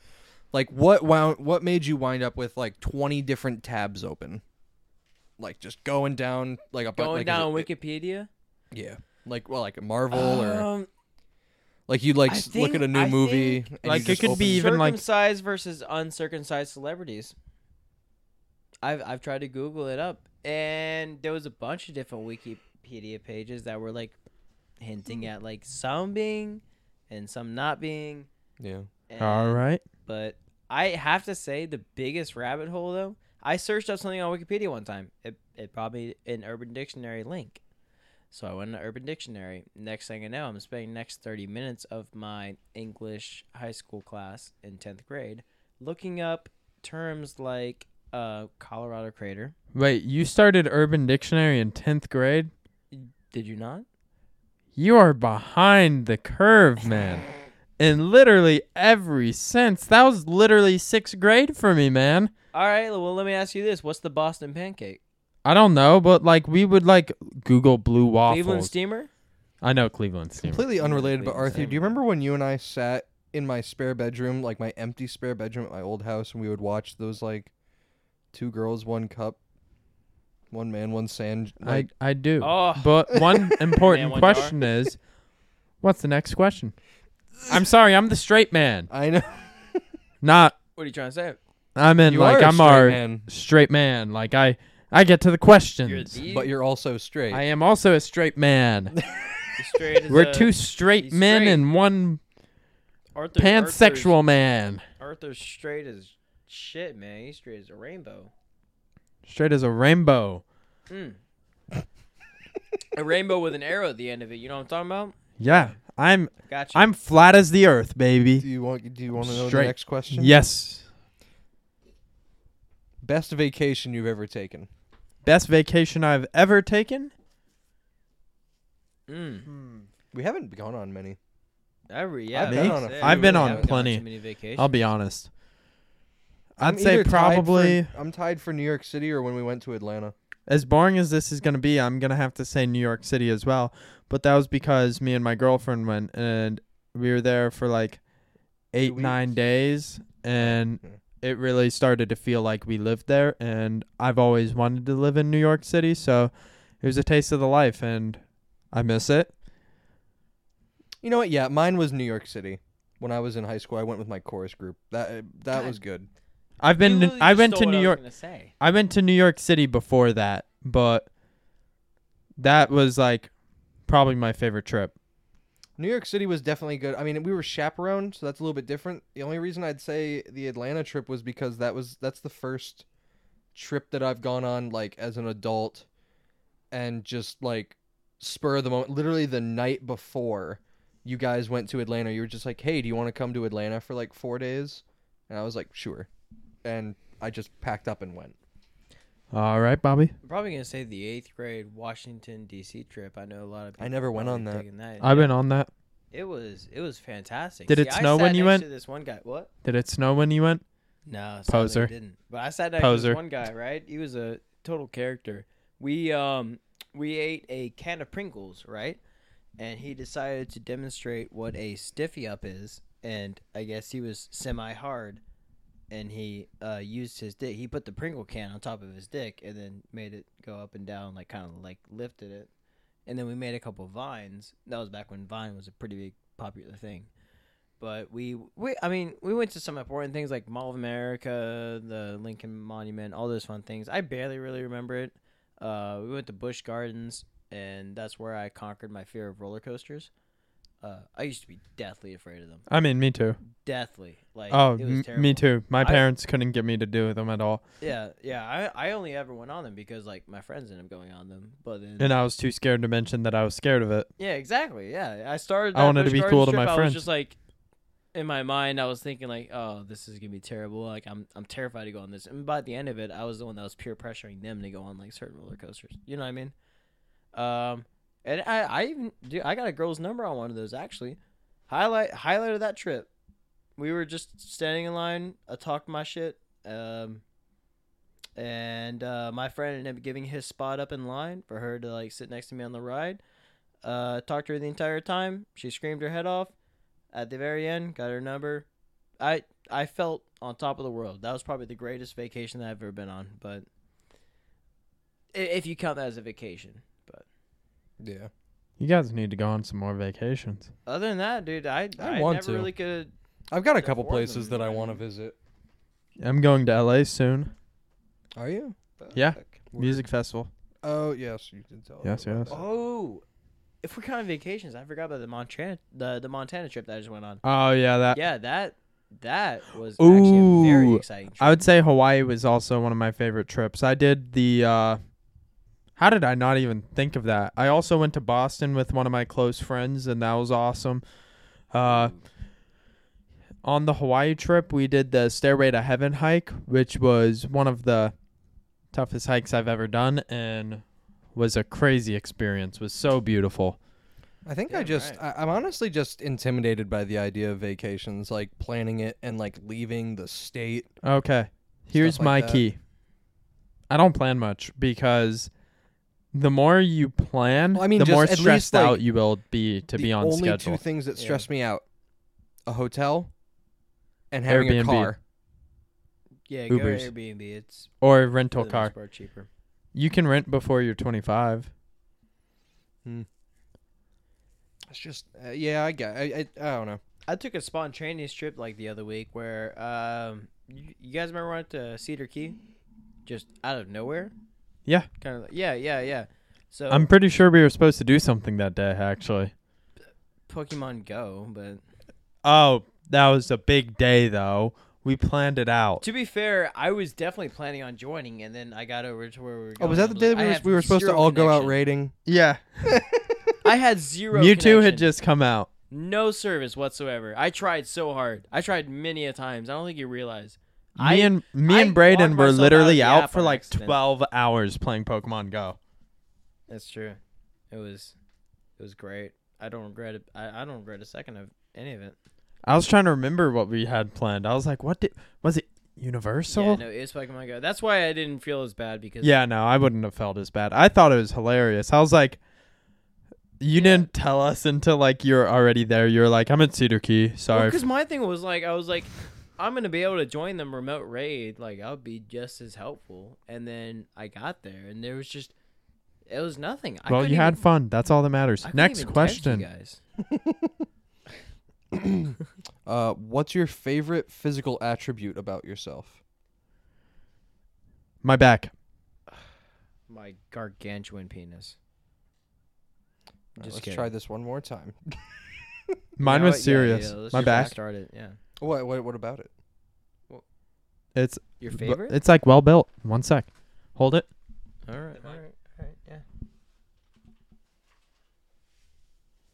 like, what wound, what made you wind up with like twenty different tabs open, like just going down like a bu-
going
like, is
down
it-
Wikipedia.
yeah, like well, like Marvel or
Um,
like you like
I
s look at a
think-
new
I
movie.
think-
and you
Like, it
just
could
open
be- even, like-
circumcised versus uncircumcised celebrities. I've I've tried to Google it up, and there was a bunch of different Wikipedia pages that were like hinting at like some being and some not being.
Yeah,
And,
all right.
But I have to say the biggest rabbit hole though. I searched up something on Wikipedia one time. It it probably an Urban Dictionary link. So I went to Urban Dictionary. Next thing I know, I'm spending the next 30 minutes of my English high school class in 10th grade looking up terms like uh, Colorado crater.
Wait, you started Urban Dictionary in tenth grade?
Did you not?
You are behind the curve, man. In literally every sense. That was literally sixth grade for me, man.
All right, well, let me ask you this. What's the Boston pancake?
I don't know, but like we would like Google blue waffles.
Cleveland steamer?
I know Cleveland steamer.
completely unrelated. But
Completely
Arthur,
insane.
do you remember when you and I sat in my spare bedroom, like my empty spare bedroom at my old house, and we would watch those like two girls, one cup, one man, one sand. Like,
I I do.
Oh.
But one important
Man, one
question is, what's the next question? I'm sorry, I'm the straight man.
I know.
Not
What are you trying to say?
I'm in
You
like
are a
I'm
straight
our
man.
straight man. Like I I get to the questions.
the
but you're also straight.
I am also a straight man.
straight as
We're
a-
two straight
he's
men
straight.
and one
Arthur,
pansexual man.
Arthur's straight as shit, man. He's straight as a rainbow.
Straight as a rainbow.
Mm. a rainbow with an arrow at the end of it. You know what I'm talking about?
Yeah, I'm
Gotcha.
I'm flat as the earth,
Do
baby.
you want do you want to know
Straight.
the next question?
Yes.
Best vacation you've ever taken.
Best vacation I've ever taken?
Mm.
We haven't gone on many.
I re- yeah,
I've
I
been
was
on a
gonna say,
few.
I
I've been
really
on
haven't gone
plenty.
Too many vacations.
I'll be honest. I'd
I'm
say
either tied for-
probably
I'm tied for New York City or when we went to Atlanta.
as boring as this is going to be, I'm going to have to say New York City as well. But that was because me and my girlfriend went and we were there for like eight,
weeks.
nine days. And
Okay.
it really started to feel like we lived there. And I've always wanted to live in New York City. So it was a taste of the life. And I miss it.
You know what? Yeah, mine was New York City. When I was in high school, I went with my chorus group. That that
God.
was good.
I've been,
You literally
I
just
went
stole
to
what
New
was
York.
gonna say.
I went to New York City before that, but that was like probably my favorite trip.
New York City was definitely good. I mean, we were chaperoned, so that's a little bit different. The only reason I'd say the Atlanta trip was because that was that's the first trip that I've gone on like as an adult and just like spur of the moment, literally the night before you guys went to Atlanta, you were just like, "Hey, do you want to come to Atlanta for like 4 days?" And I was like, "Sure." And I just packed up and went.
All right, Bobby.
I'm probably gonna say the eighth grade Washington D.C. trip. I know a lot of people.
I never went
probably
on that.
digging that.
I've been on that.
It was it was fantastic.
Did it
See, I
snow when
sat
you
next
went?
To this one guy. What?
Did it snow when you went?
No, sadly
Poser.
it didn't. But I sat next to
Poser.
this one guy, right? He was a total character. We um we ate a can of Pringles, right? And he decided to demonstrate what a stiffy up is, and I guess he was semi hard, and he uh, used his dick. He put the Pringle can on top of his dick, and then made it go up and down, like kind of like lifted it. And then we made a couple vines. That was back when Vine was a pretty big popular thing but we we I mean we went to some important things like Mall of America, the Lincoln Monument, all those fun things. I barely really remember it. Uh, we went to Busch Gardens, and that's where I conquered my fear of roller coasters. Uh, I used to be deathly afraid of them,
I mean, me too.
deathly. Like
oh,
it was
m-
terrible.
me too. My
I-
parents couldn't get me to do them at all,
Yeah, yeah. I, I only ever went on them because like my friends ended up going on them, but then
and I was too scared to mention that I was scared of it.
Yeah, exactly. Yeah, I started.
I
that
wanted to
Busch
be
Gardens
cool to
trip,
my
I
friends.
Was just like in my mind, I was thinking like, "Oh, this is gonna be terrible. Like, I'm I'm terrified to go on this." And by the end of it, I was the one that was peer pressuring them to go on like certain roller coasters. You know what I mean? Um, and I I even do. I got a girl's number on one of those actually. Highlight highlight of that trip. We were just standing in line. I talked my shit. Um. And uh, my friend ended up giving his spot up in line for her to like sit next to me on the ride. Uh, talked to her the entire time. She screamed her head off. At the very end, got her number. I I felt on top of the world. That was probably the greatest vacation that I've ever been on. But i- if you count that as a vacation, but
Yeah.
You guys need to go on some more vacations.
other than that, dude, I
I
I,
want
never
to.
really could.
I've got a
The
couple
four of them
places
is
that I
good.
want to visit.
I'm going to LA soon.
Are you?
Yeah.
Fuck.
Music festival.
Oh, yes, you did tell. us
Yes,
about
yes.
that.
Oh, if we're counting vacations, I forgot about the Montana the the Montana trip that I just went on.
Oh yeah, that.
yeah, that that was actually a very
Ooh.
exciting. Trip.
I would say Hawaii was also one of my favorite trips. I did the. uh How did I not even think of that? I also went to Boston with one of my close friends, and that was awesome. Uh, on the Hawaii trip, we did the Stairway to Heaven hike, which was one of the toughest hikes I've ever done and was a crazy experience. was so beautiful.
I think I
Damn
just
right.
I, I'm honestly just intimidated by the idea of vacations, like planning it and like leaving the state.
Okay. Here's
Stuff like
my
that.
key. I don't plan much because the more you plan,
Well, I mean,
the
just
more
at least,
stressed
like,
out you will be to
the
be on
only
schedule.
two things that
Yeah.
stress me out: a hotel and having a
Airbnb.
car.
yeah,
Ubers.
go Airbnb. It's
or a
for
rental
the most
car.
part cheaper.
You can rent before you're 25.
It's just uh, yeah, I got. I, I I don't know.
I took a spontaneous trip like the other week where um you, you guys remember when I went to Cedar Key? Just out of nowhere?
Yeah.
Kind of like, yeah, yeah, yeah. So
I'm pretty sure we were supposed to do something that day, actually.
Pokemon Go, but
Oh, that was a big day, though. We planned it out.
To be fair, I was definitely planning on joining, and then I got over to where we were.
Oh,
Going.
was that the
I'm
day
like,
we
I
were,
have
we were supposed to
zero
all go out
connection.
raiding?
Yeah.
I had zero.
Mewtwo
connection.
had just come out.
no service whatsoever. I tried so hard. I tried many a times. I don't think you realize.
Me
I-
and me
I
and Braden
locked
were
myself
literally
out of the
out,
app
for
on
like
accident.
twelve hours playing Pokemon Go.
That's true. It was, it was great. I don't regret it. I, I don't regret a second of any of it.
I was trying to remember what we had planned. I was like, what did was it Universal?
yeah, no, it was Pokemon Go. That's why I didn't feel as bad because
Yeah, no, I wouldn't have felt as bad. I thought it was hilarious. I was like, you didn't tell us until like you're already there. You're like, I'm at Cedar Key. Sorry.
Because my thing was like, I was like, I'm gonna be able to join them remote raid. Like, I'll be just as helpful. And then I got there, and there was just, it was nothing. I
well,
couldn't
you had
even-
fun. That's all that matters.
I couldn't
Next
even text you
question.
guys.
Uh, what's your favorite physical attribute about yourself?
My back.
My gargantuan penis.
Alright,
Just
let's
kidding.
try this one more time.
Mine
You
was
know what? Yeah,
serious.
yeah, let's
My
just
back.
Start it. Yeah.
What, what what about it?
It's
Your
bu-
favorite?
It's like well built. One sec. Hold it.
all right. All right. All right. Yeah.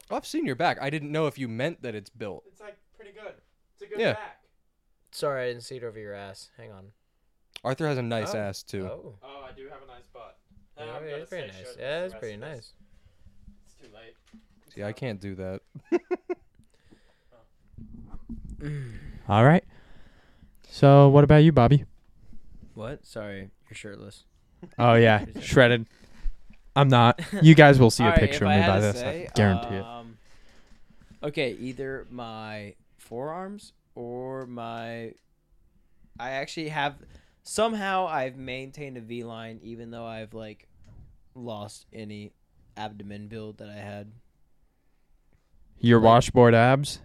Oh, I've seen your back. I didn't know if you meant that it's built.
It's like pretty good. It's a
good Yeah.
back.
Sorry, I didn't see it over your ass. Hang on.
Arthur has a nice
Oh.
ass too.
Oh.
Oh, I do have a nice butt. Um,
Yeah, it's pretty nice. Yeah, it's pretty nice.
It's too late.
See, I can't do that.
All right. So, what about you, Bobby?
What? Sorry, you're shirtless.
Oh yeah, shredded. I'm not. You guys will see a
All right,
picture
if
of
I
me
had
by
to
this.
say,
I guarantee it.
um, Okay, either my forearms or my. I actually have somehow I've maintained a V line even though I've like lost any abdomen build that I had.
Your washboard abs.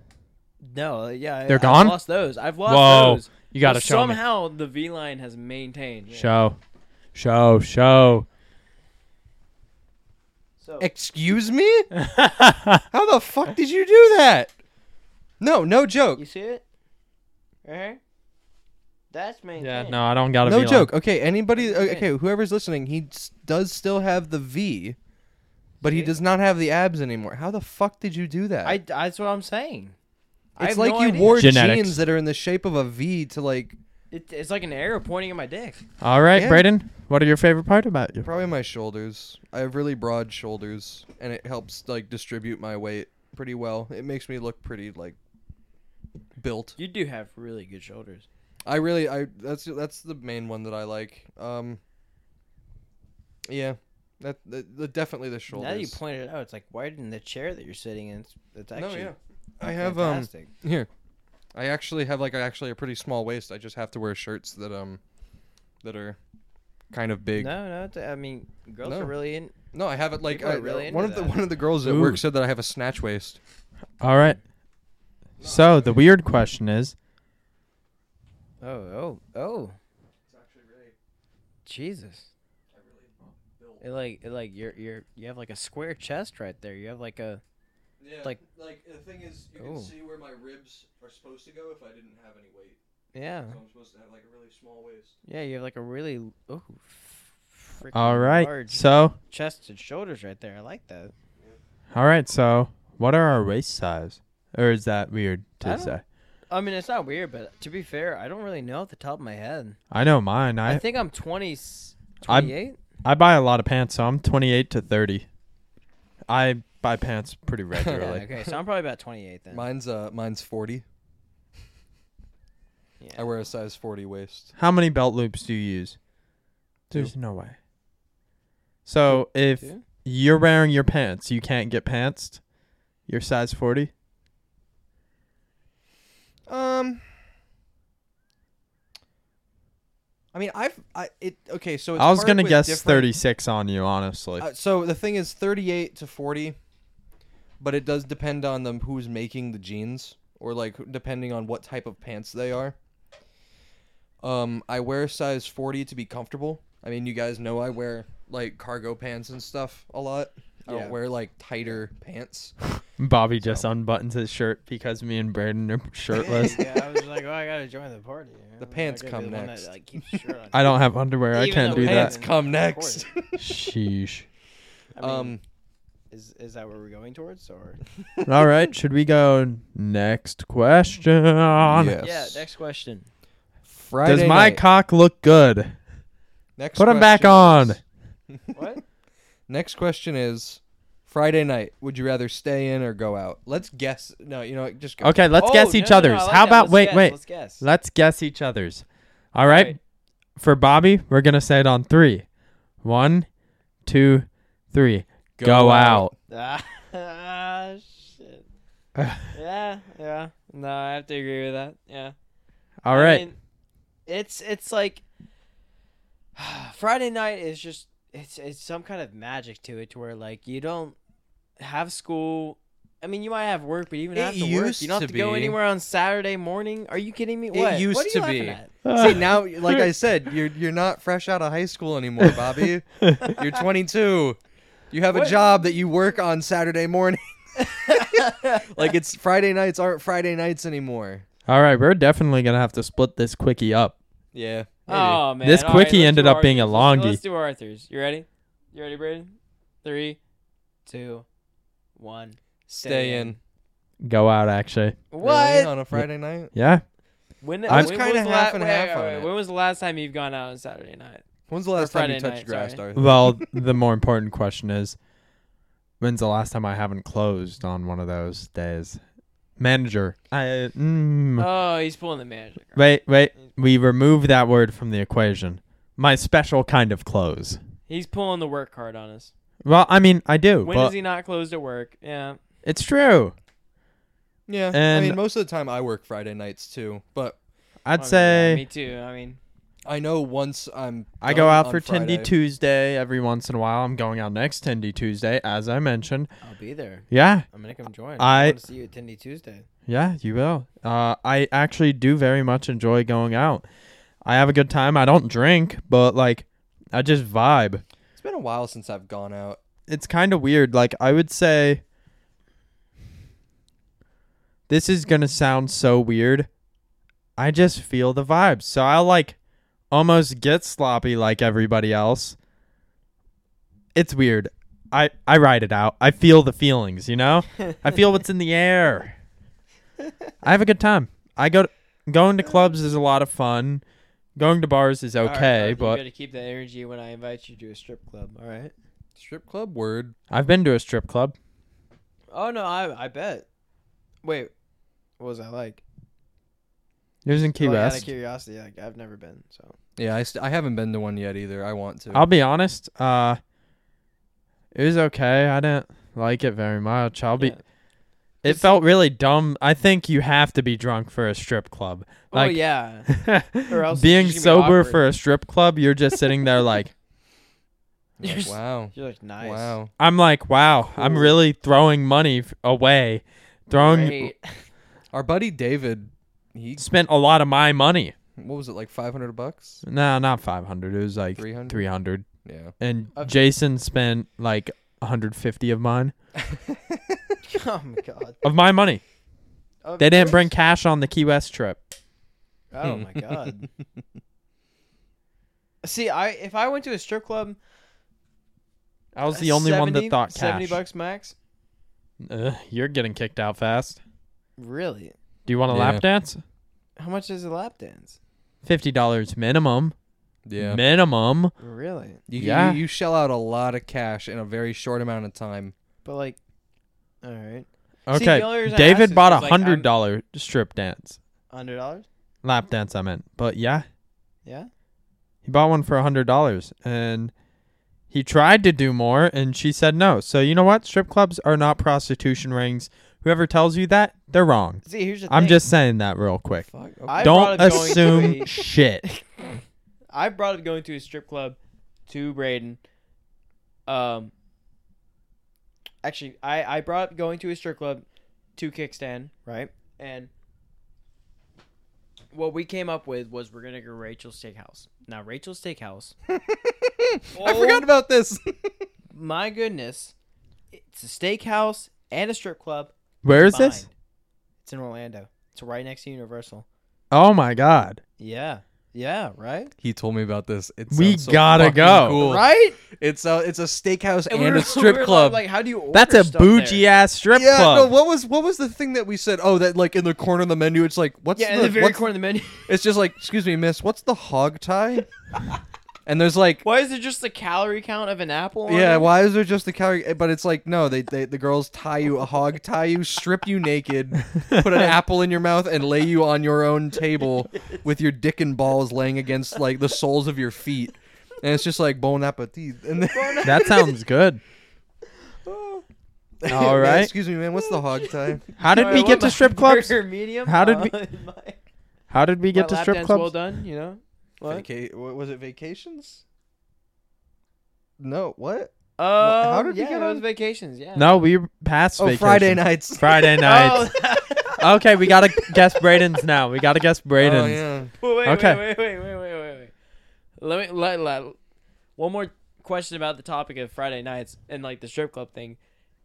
No, yeah, I-
They're
I've
gone?
Lost those. I've lost
Whoa,
those.
You gotta
But
show me.
somehow the V line has maintained. yeah.
Show, show, show.
So
Excuse me? How the fuck did you do that? No, no joke.
you see it? Right here? That's
yeah,
maintained.
no, I don't gotta.
No
be
joke. Okay, anybody.
What do you
Okay, whoever's listening, he s- does still have the V, but he
See?
does not have the abs anymore. How the fuck did you do that?
I, that's what I'm saying. I
it's
have
like
no
you
idea.
wore
Genetics.
jeans that are in the shape of a V to like
It, it's like an arrow pointing at my dick.
Like. All right,
Yeah.
Braden. What are your favorite part about you?
probably my shoulders. I have really broad shoulders, and it helps like distribute my weight pretty well. It makes me look pretty like built.
You do have really good shoulders.
I really I that's that's the main one that I like. Um Yeah. That, that, that definitely the shoulders.
Now that you pointed it out, it's like wider than the chair that you're sitting in. It's, it's
No,
actually
yeah. I have um
fantastic.
here. I actually have like actually a pretty small waist. I just have to wear shirts that um that are kind of big.
No, no. It's, I mean, girls
No.
are really in.
No, I have it like
People are
I,
really
one of
into
the
that.
one of the girls at
Ooh.
work said that I have a snatch waist.
All right. So the weird question is,
Oh, oh, oh. Jesus. It like it like you're you're you have like a square chest right there. You have like a
Yeah,
Like-
like the thing is, you
can Ooh.
see where my ribs are supposed to go if I didn't have any weight.
yeah
I'm supposed to have like a really small waist.
yeah you have like a really oh freaking
all right.
large
So,
chest and shoulders right there. I like that.
all right. So, what are our waist size? Or is that weird
I
to
don't-
say?
I mean, it's not weird, but to be fair, I don't really know off the top of my head.
I know mine.
I,
I
think I'm 20,
I'm-
28.
I buy a lot of pants, so I'm 28 to 30. I buy pants pretty
Yeah,
regularly.
okay, so I'm probably about 28 then.
Mine's uh mine's 40.
yeah.
I wear a size 40 waist.
How many belt loops do you use?
Two.
There's no way. So if
Two?
you're wearing your pants, you can't get pantsed. You're size 40.
Um I mean, I've I it okay, so it's
I was
hard
gonna
with
guess
different-
36 on you, honestly.
Uh, so the thing is 38 to 40 but it does depend on them who's making the jeans or like depending on what type of pants they are um i wear a size 40 to be comfortable i mean you guys know i wear like cargo pants and stuff a lot i
Yeah.
don't wear like tighter pants
Bobby just unbuttons his shirt because me and Braden are shirtless.
yeah, I was like, oh, I gotta join the party. you know?
The
I'm
pants
not
come
gonna be the one
next.
That, like, keeps the shirt on.
I don't have underwear. I
Even
can't
though
do
Pants
that.
Braden-
come
Of
next.
Sheesh.
I mean,
um,
is is that where we're going towards, or
All right, should we go next question?
Yes.
yeah? Next question.
Friday.
Does my
night.
cock look good?
next
Put 'em back
question is-
What?
Next question is Friday night. Would you rather stay in or go out? Let's guess. No, you know, what, just go.
Okay, let's
Oh,
guess
no,
each
no, no, I
other's.
like
How
that.
about
Let's
wait,
guess,
wait.
Let's guess.
Let's guess each other's. All right.
Alright.
For Bobby, we're gonna say it on three. One, two, three. Go, out.
Ah, shit. yeah, yeah. No, I have to agree with that. Yeah.
All
I
right.
mean, it's it's like Friday night is just it's it's some kind of magic to it to where like you don't have school. I mean, you might have work, but even
It
after work,
used
you don't
to
have to go
be.
anywhere on Saturday morning. Are you kidding me?
It
What?
used
what are you
to
laughing
be.
at?
See now, like I said, you're you're not fresh out of high school anymore, Bobby. you're 22. You have a
What?
job that you work on Saturday morning. like it's Friday nights aren't Friday nights anymore.
All right, we're definitely gonna have to split this quickie up.
Yeah.
Oh man!
This
All right,
quickie
let's
ended
do
up being a
Arthur's. Let's-
longie.
Let's do Arthur's. You ready? You ready, Braden? Three, two, one.
stay,
Stay
in.
in.
Go out, actually.
What?
Really? on a Friday night?
Yeah.
When,
I was
when
kinda
the
half
la-
and
wait,
half
wait,
on
wait,
it.
When was the last time you've gone out on Saturday night?
When's the last time you
Friday
touched
night,
grass,
sorry.
Arthur?
Well, the more important question is, when's the last time I haven't closed on one of those days? Manager. I.
Hmm.
Mm,
Oh, he's pulling the magic.
wait, wait. We remove that word from the equation. My special kind of close.
He's pulling the work card on us.
Well, I mean, I do,
When
but
is he not closed at work? Yeah.
it's true.
Yeah.
And-
I mean, most of the time I work Friday nights too, but
I'd
I mean, Oh, yeah,
say
me too. I mean,
I know once I'm
I
done
go out
on
for
Friday,
Tendy Tuesday every once in a while. I'm going out next Tendy Tuesday, as I mentioned.
I'll be there.
Yeah,
I'm gonna come join.
I-
want to see you at Tindy Tuesday.
yeah, you will. Uh, I actually do very much enjoy going out. I have a good time. I don't drink, but like, I just vibe.
It's been a while since I've gone out.
It's kind of weird. Like, I would say this is going to sound so weird. I just feel the vibes. So I'll like almost get sloppy like everybody else. It's weird. I, I ride it out. I feel the feelings, you know? I feel what's in the air. I have a good time. I go to, going to clubs is a lot of fun. Going to bars is okay,
you
but
gotta keep that energy when I invite you to a strip club. All right.
Strip club word.
I've been to a strip club.
Oh no, I I bet. Wait, what was I like?
It was in Key
Like, out of
West.
curiosity, like I've never been. So
Yeah, I, st- I haven't been to one yet either. I want to.
I'll be honest. Uh, it was okay. I didn't like it very much. I'll be.
Yeah.
It
It's-
felt really dumb. I think you have to be drunk for a strip club.
oh
Like-
yeah. Or else it's
Being
just gonna be
sober
awkward.
for a strip club, you're just sitting there like,
Like,
There's-
wow.
You're like nice.
Wow.
I'm like, wow, I'm
Cool.
really throwing money f- away, throwing
Great.
Our buddy David, he
spent a lot of my money.
what was it like 500 bucks?
No, not 500. It was like
300?
300.
Yeah.
And
Of-
Jason spent like 150 of mine,
oh my god.
of my money.
Of
They didn't bring
course.
cash on the Key West trip.
Oh my god. See, I if I went to a strip club,
I was the only one that
70
thought
Uh, seventy
cash.
bucks max.
Ugh, you're getting kicked out fast.
Really?
Do you want a
Yeah.
lap dance?
How much is a lap dance?
Fifty dollars minimum.
Yeah.
Minimum.
Really?
You,
Yeah.
you, you shell out a lot of cash in a very short amount of time.
But like, all right, See, the only
Okay.
reason I asked
David
is
bought a
'cause, like,
hundred
I'm-
dollar strip dance.
hundred dollars.
Lap dance I meant. But yeah.
Yeah.
He bought one for a hundred dollars and he tried to do more and she said no. So you know what? Strip clubs are not prostitution rings. Whoever tells you that, they're wrong.
See, here's the
I'm
thing.
just saying that real quick.
Fuck.
I
Don't
brought up going to
assume
a-
shit.
I brought up going to a strip club to Braden. Um. Actually, I I brought up going to a strip club to Kickstand, right? And what we came up with was we're gonna go Rachel's Steakhouse. Now Rachel's Steakhouse.
I forgot about this.
my goodness, it's a steakhouse. and a strip club.
Where is this?
combined. It's in Orlando. It's right next to Universal.
Oh my god.
Yeah. Yeah, right?
He told me about this. It
We
sounds so
gotta
fucking
go.
Cool.
Right?
It's a it's a steakhouse and,
we were-
a strip
we were
club.
Like, how do you order
That's a
stuff there?
bougie ass strip
yeah, no.
club.
What was what was the thing that we said? Oh, that like in the corner of the menu. It's like what's
Yeah,
the,
in the very
what's-
corner of the menu.
It's just like excuse me, miss. What's the hog tie? and there's like
Why is it just the calorie count of an apple? on
yeah.
it?
Why is there just the calorie? But it's like no. They, they the girls tie you a hog tie you, strip you naked, put an apple in your mouth, and lay you on your own table with your dick and balls laying against like the soles of your feet. And it's just like bon appetit. And then,
that sounds good. All
Man,
right.
Excuse me, man. What's the hog tie?
How did
Do I
we
want
get
my
to strip clubs?
burger medium?
How did we-
Uh, my-
How did we
my
get to
lap
strip
dance
clubs?
Well done, you know. What?
Vaca- what was it? Vacations? No. What?
Uh,
How did we
yeah,
get
it was
on-
vacations. Yeah.
No, we passed
Oh,
vacation.
Friday nights.
Friday night.
Oh,
okay, we gotta guess Braden's now. We gotta guess Braden's.
Oh, yeah.
wait,
Okay.
wait, wait, wait, wait, wait, wait, wait. Let me let, let one more question about the topic of Friday nights and like the strip club thing.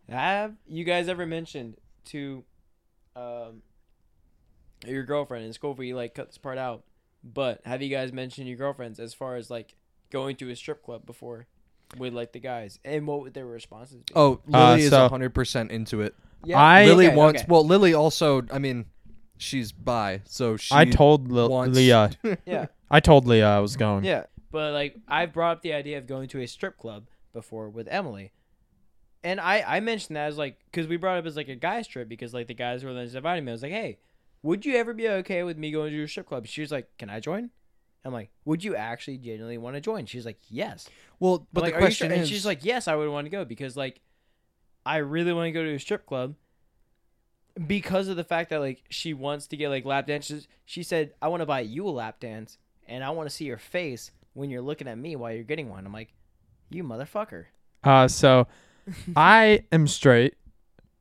Have you guys ever mentioned to um your girlfriend? And it's cool if we like cut this part out, but have you guys mentioned your girlfriends as far as like going to a strip club before with like the guys and what would their responses be?
Oh, Lily
Uh,
is
so-
hundred percent into it.
yeah,
I-
Lily
okay,
wants.
okay.
Well, Lily also. I mean, she's bi, so she.
I told Li-
wants-
Leah.
yeah,
I told Leah I was going.
yeah. But like I brought up the idea of going to a strip club before with Emily, and I I mentioned that as like because we brought it up as like a guy strip because like the guys who were then inviting me. I was like, hey, would you ever be okay with me going to a strip club? She was like, can I join? I'm like, would you actually genuinely want to join? She's like, yes.
Well, but
I'm like,
the
"Are you
question
sure?"
is,
and she's like, yes, I would want to go because like I really want to go to a strip club because of the fact that like she wants to get like lap dances. She said, I want to buy you a lap dance and I want to see your face when you're looking at me while you're getting one. I'm like, you motherfucker.
Uh, so I am straight,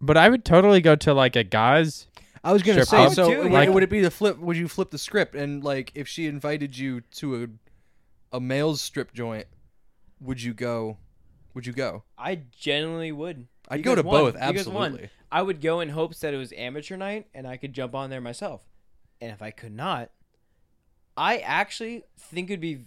but I would totally go to like a guys.
I was gonna
Strip
say.
club?
So
I would too,
would,
yeah.
would it be the flip? Would you flip the script and like if she invited you to a a male's strip joint, would you go? Would you go?
I genuinely would.
I'd
You
go
guys
to
won.
both.
You guys won.
Absolutely.
I would go in hopes that it was amateur night and I could jump on there myself. And if I could not, I actually think it'd be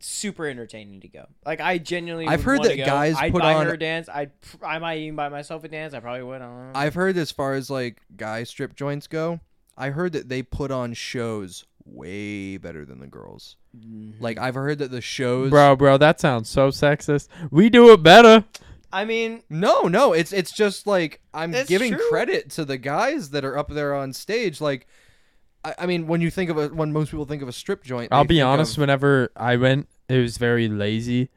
super entertaining to go. Like I genuinely,
I've
would
heard
wanna
that
go.
guys
I'd
put
buy
on-
her a dance. I I might even buy myself a dance. I probably would. I don't know.
I've heard as far as like guy strip joints go, I heard that they put on shows way better than the girls.
Hmm.
Like I've heard that the shows
Bro, bro, that sounds so sexist. We do it better.
I mean,
No, no, it's it's just like I'm
That's
giving
true.
credit to the guys that are up there on stage like I, I mean when you think of a when most people think of a strip joint
I'll
they
be
think
honest.
of,
Whenever I went, it was very lazy.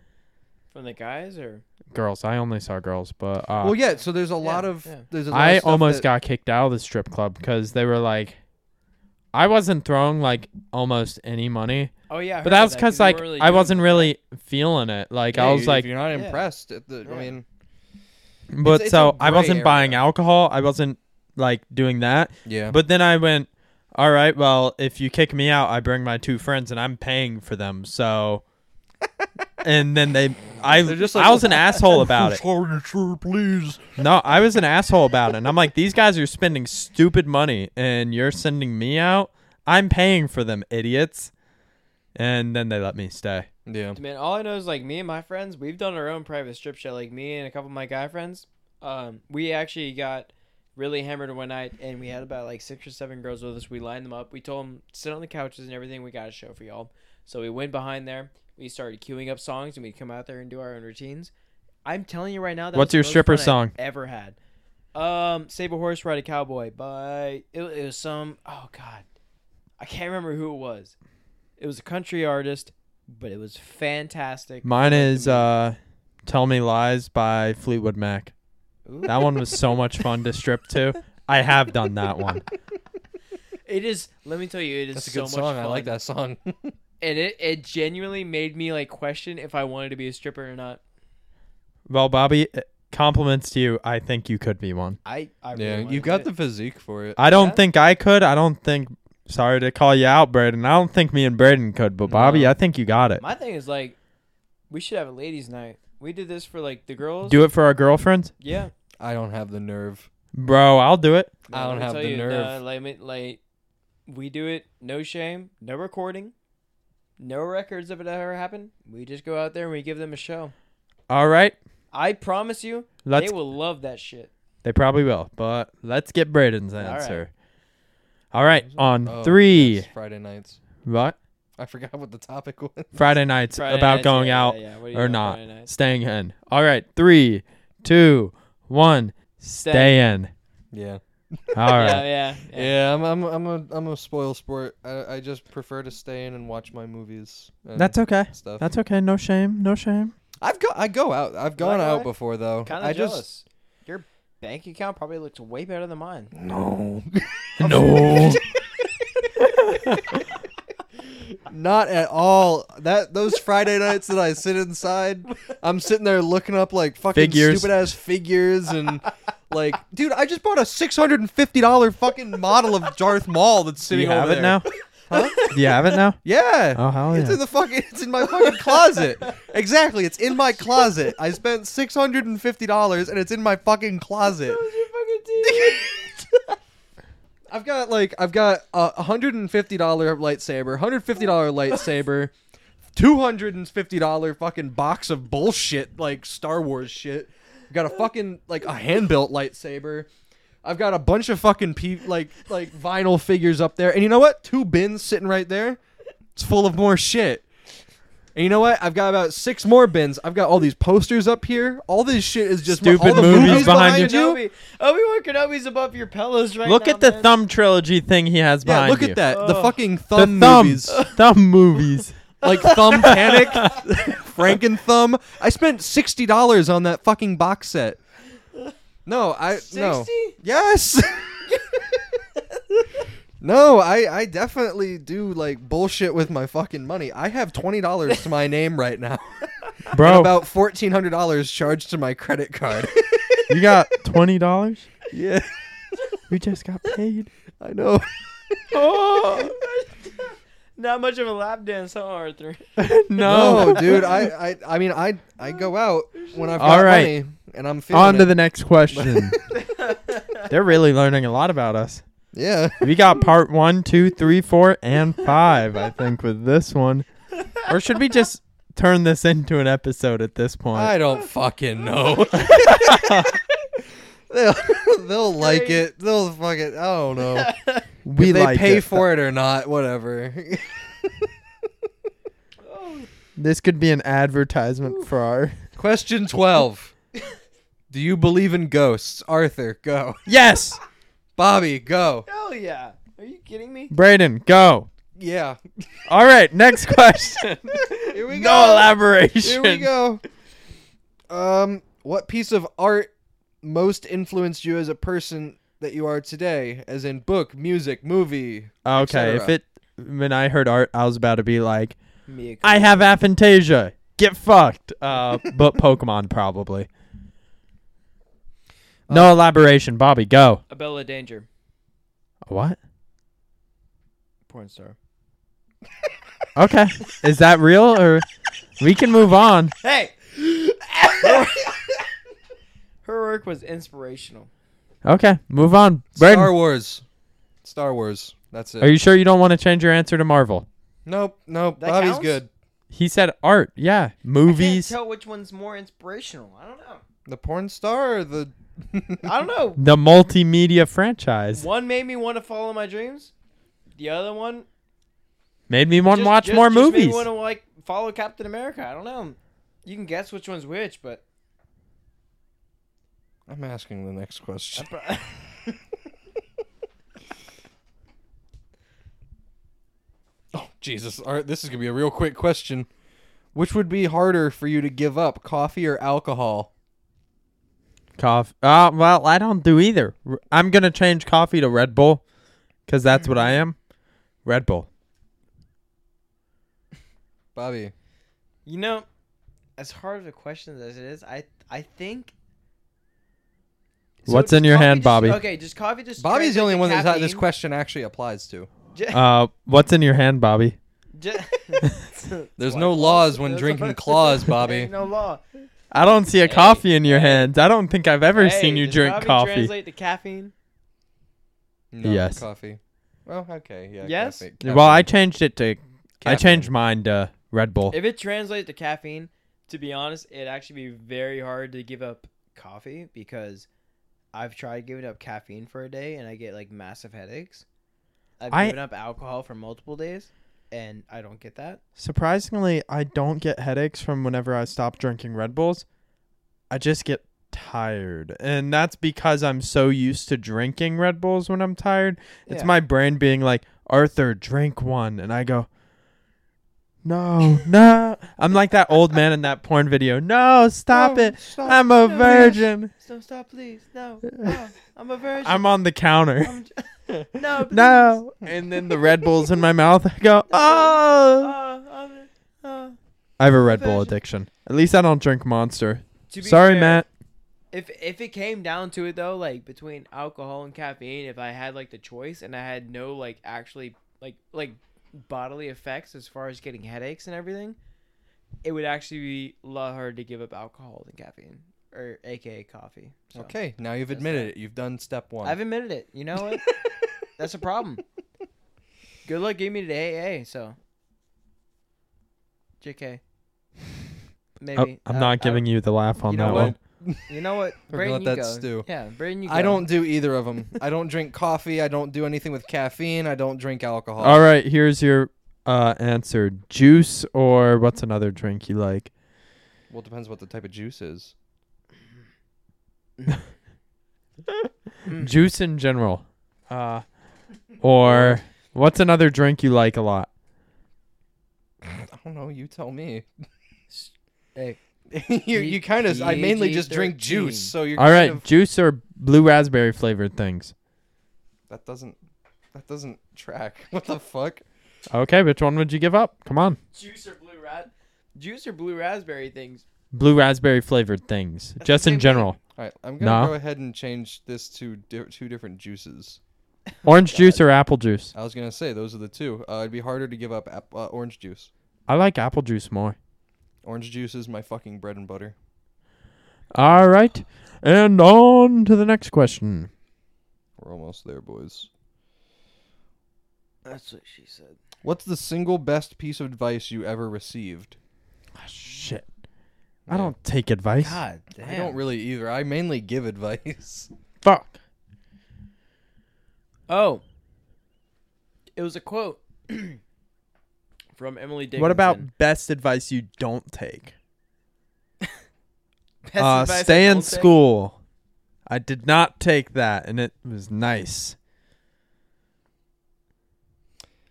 from the guys or
Girls, I only saw girls, but uh,
Well yeah, so there's a lot
Yeah,
of
yeah.
there's a lot
I
of stuff
almost
that-
got kicked out of the strip club because they were like, I wasn't throwing like almost any money,
oh yeah, I
but
heard
that was
of
because
you
like
weren't really
I
doing-
wasn't really feeling it. Like
Yeah,
I was
if
like,
you're not
Yeah.
impressed at the I
Yeah.
mean
but
it's a
so I
gray
wasn't buying
area.
alcohol. I wasn't like doing that.
yeah.
But then I went, all right, well, if you kick me out, I bring my two friends and I'm paying for them. So, and then they, I,
They're just like,
I was an asshole about it.
Sorry, sir, please.
No, I was an asshole about it. And I'm like, these guys are spending stupid money and you're sending me out. I'm paying for them, idiots. And then they let me stay.
Yeah.
Man, all I know is like me and my friends, we've done our own private strip show. Like me and a couple of my guy friends, um, we actually got really hammered one night, and we had about like six or seven girls with us. We lined them up. We told them sit on the couches and everything. We got a show for y'all. So we went behind there. We started queuing up songs, and we'd come out there and do our own routines. I'm telling you right now, that
What's
was the
your
most
stripper
fun I've
song?
ever had? Um, save a horse, ride a cowboy. By it, it was some. Oh God, I can't remember who it was. It was a country artist, but it was fantastic.
Mine is, uh, Tell Me Lies by Fleetwood Mac.
Ooh.
That one was so much fun to strip to. I have done that one.
It is. Let me tell you, it is
That's a
so
good
much
song. I like
fun.
that song.
and it it genuinely made me like question if I wanted to be a stripper or not.
Well, Bobby, uh, compliments to you. I think you could be one.
I, I
yeah,
really
you've got the physique for it.
I don't
Yeah.
think I could. I don't think. Sorry to call you out, Braden. I don't think me and Braden could, but Bobby,
No.
I think you got it.
My thing is like, we should have a ladies' night. We did this for like the girls.
Do it for our girlfriends.
yeah,
I don't have the nerve.
Bro, I'll do it.
I don't
let me
have
tell
the
you,
nerve.
No, like, me- like, we do it. No shame. No recording. No records of it ever happened. We just go out there and we give them a show.
All right.
I promise you,
Let's
they will love that shit.
They probably will, but let's get Braden's
right.
answer. All right, on
Oh,
three,
yes, Friday nights.
what
I forgot what the topic was.
Friday nights
Friday
about
nights,
going
yeah,
out,
yeah, yeah. What do you
or
know,
not.
Friday nights?
staying in. All right, three, two, one,
Stay.
stay in.
Yeah.
All right,
Yeah, yeah, yeah.
Yeah, I'm I'm I'm a I'm a spoil sport. I I just prefer to stay in and watch my movies. And
that's okay.
stuff.
That's okay. No shame. No shame.
I've go I go out. I've gone
Likewise.
out before though.
Kind
I
of
just
jealous. Your bank account probably looks way better than mine.
no.
no.
Not at all. That those Friday nights that I sit inside, I'm sitting there looking up like fucking
Figures.
stupid ass figures and like, dude, I just bought a six hundred and fifty dollar fucking model of Darth Maul that's
Do
sitting
you have
over
it
there.
now? Do you have it now?
Yeah.
Oh hell
It's
yeah!
in the fucking. It's in my fucking closet. Exactly. It's in my closet. I spent six hundred and fifty dollars, and it's in my fucking closet. I've got like I've got a hundred and fifty dollar lightsaber, hundred fifty dollar lightsaber, two hundred and fifty dollar fucking box of bullshit like Star Wars shit. I've got a fucking like a hand built lightsaber. I've got a bunch of fucking pe- like like vinyl figures up there, and you know what? Two bins sitting right there. It's full of more shit. And you know what? I've got about six more bins. I've got all these posters up here. All this shit is just
Stupid
all the
movies behind
behind,
you.
you.
Kenobi. Obi Wan Kenobi's above your pillows right
Look
now.
at the
man.
thumb trilogy thing he has
Yeah,
behind
look
you.
at that. The
Ugh.
fucking
The
thumb,
thumb
movies.
thumb movies.
like Thumb Panic, Franken Thumb. I spent sixty dollars on that fucking box set. No, I no.
60?
Yes. no, I I definitely do like bullshit with my fucking money. I have twenty dollars to my name right now.
Bro,
And about fourteen hundred dollars charged to my credit card.
you got twenty dollars.
yeah,
We just got paid.
I know.
Not much of a lap dance, huh, Arthur?
no.
dude. I, I I mean I I go out when I've got
All right.
money and I'm feeling
On to
it.
the next question. They're really learning a lot about us.
yeah.
We got part one, two, three, four, and five, I think, with this one. Or should we just turn this into an episode at this point?
I don't fucking know. they'll, they'll like it. They'll fucking. I don't know.
we
if they
like
pay
it.
for it or not, whatever.
This could be an advertisement for our.
Question twelve: Do you believe in ghosts? Arthur, go.
Yes!
Bobby, go.
Hell yeah. Are you kidding me?
Braden, go.
Yeah.
All right, next question.
Here we
no elaboration.
Here we go. Um, what piece of art most influenced you as a person that you are today? As in book, music, movie.
Okay,
cetera.
if it. When I heard art, I was about to be like,
Me.
I have aphantasia. Get fucked. Uh, but Pokemon probably.
Uh,
No elaboration, Bobby. Go.
A Bella Danger.
What?
Porn star.
Okay. Is that real or we can move on?
Hey! Her work was inspirational.
Okay, move on. Braden,
Star Wars. Star Wars. That's it.
are you sure you don't want to change your answer to Marvel?
Nope, nope.
That
Bobby's
counts?
good.
He said art. Yeah,
Can't
movies.
tell which one's more inspirational. I don't know.
The porn star or the
I don't know.
The multimedia franchise
One made me want to follow my dreams. The other one
made me want to
just-
watch
just-
more
just made me
movies.
want to like follow Captain America. I don't know. You can guess which one's which, but
I'm asking the next question. Oh Jesus. All right, this is gonna be a real quick question. Which would be harder for you to give up, coffee or alcohol?
Cough. Uh, well, I don't do either. R- I'm gonna change coffee to Red Bull, cause that's
Mm.
what I am. Red Bull.
Bobby.
you know, as hard of a question as it is, I I think.
What's
does
in your
coffee
hand,
just-
Bobby?
Okay, just coffee. Just
Bobby's the only one that this
question.
question actually applies to.
Uh, what's in your hand, Bobby?
Ju-
There's
Why
no
laws?
laws when
There's
drinking
no-
claws,
Ain't
Bobby.
no law.
I don't see a
Hey,
coffee in your
hey.
hands. I don't think I've ever seen you drink coffee.
Translate to caffeine.
No,
Yes.
Coffee. Well, okay. Yeah.
Yes?
Caffeine.
Well, I changed it to I
Caffeine.
changed mine to Red Bull.
If it translates to caffeine, to be honest, it'd actually be very hard to give up coffee because I've tried giving up caffeine for a day and I get like massive headaches. I've
I-
given up alcohol for multiple days and I don't get that.
Surprisingly, I don't get headaches from whenever I stop drinking Red Bulls. I just get tired. And that's because I'm so used to drinking Red Bulls when I'm tired. It's
Yeah.
my brain being like, Arthur, drink one. And I go, no, no. I'm like that old man in that porn video. No, stop
No,
it.
Stop.
I'm a
no.
virgin.
So stop, please. No. no, I'm a virgin.
I'm on the counter.
I'm j- no. please.
No. And then the Red Bull's in my mouth. I go,
Uh,
oh.
I'm- uh.
I have a Red Bull
Virgin.
addiction. At least I don't drink Monster.
To be
Sorry,
fair,
Matt.
If if it came down to it though, like between alcohol and caffeine, if I had like the choice and I had no like actually like like bodily effects as far as getting headaches and everything, it would actually be a lot harder to give up alcohol than caffeine or AKA coffee. So,
Okay. Now you've
Just
admitted it.
that.
You've done step one.
I've admitted it. You know what? That's a problem. Good luck getting me to AA. So, JK. Maybe
Oh, I'm not giving you the laugh on
know
that
what?
one.
You know what?
We're gonna
Brayden,
let
you
that
go.
stew.
Yeah, Brayden, you go.
I don't do either of them. I don't drink coffee. I don't do anything with caffeine. I don't drink alcohol.
All right, here's your uh, answer: juice or what's another drink you like?
Well, it depends what the type of juice is.
Juice in general, Mm. uh, or what's another drink you like a lot?
I don't know. You tell me.
Hey.
you you kind of. I mainly just drink juice.
PG-13.
So you're.
All
kind
right,
of-
juice or blue raspberry flavored things.
that doesn't. That doesn't track. What the fuck?
Okay, which one would you give up? Come on,
Juice or blue rat, juice or blue raspberry things.
blue raspberry flavored things,
the
just
same
in
thing.
general.
All right. I'm gonna
No.
go ahead and change this to di- two different juices.
Orange juice or apple juice?
I was gonna say those are the two. Uh, it'd be harder to give up ap- uh, orange juice.
I like apple juice more.
Orange juice is my fucking bread and butter.
All right, and on to the next question.
We're almost there, boys.
That's what she said.
What's the single best piece of advice you ever received?
Ah, shit,
Yeah.
I don't take advice.
God damn.
I don't really either. I mainly give advice.
Fuck.
oh, it was a quote from Emily Dickinson.
What about best advice you don't take?
Best
Uh,
advice I
stay in
don't take?
school. I did not take that, and it was nice.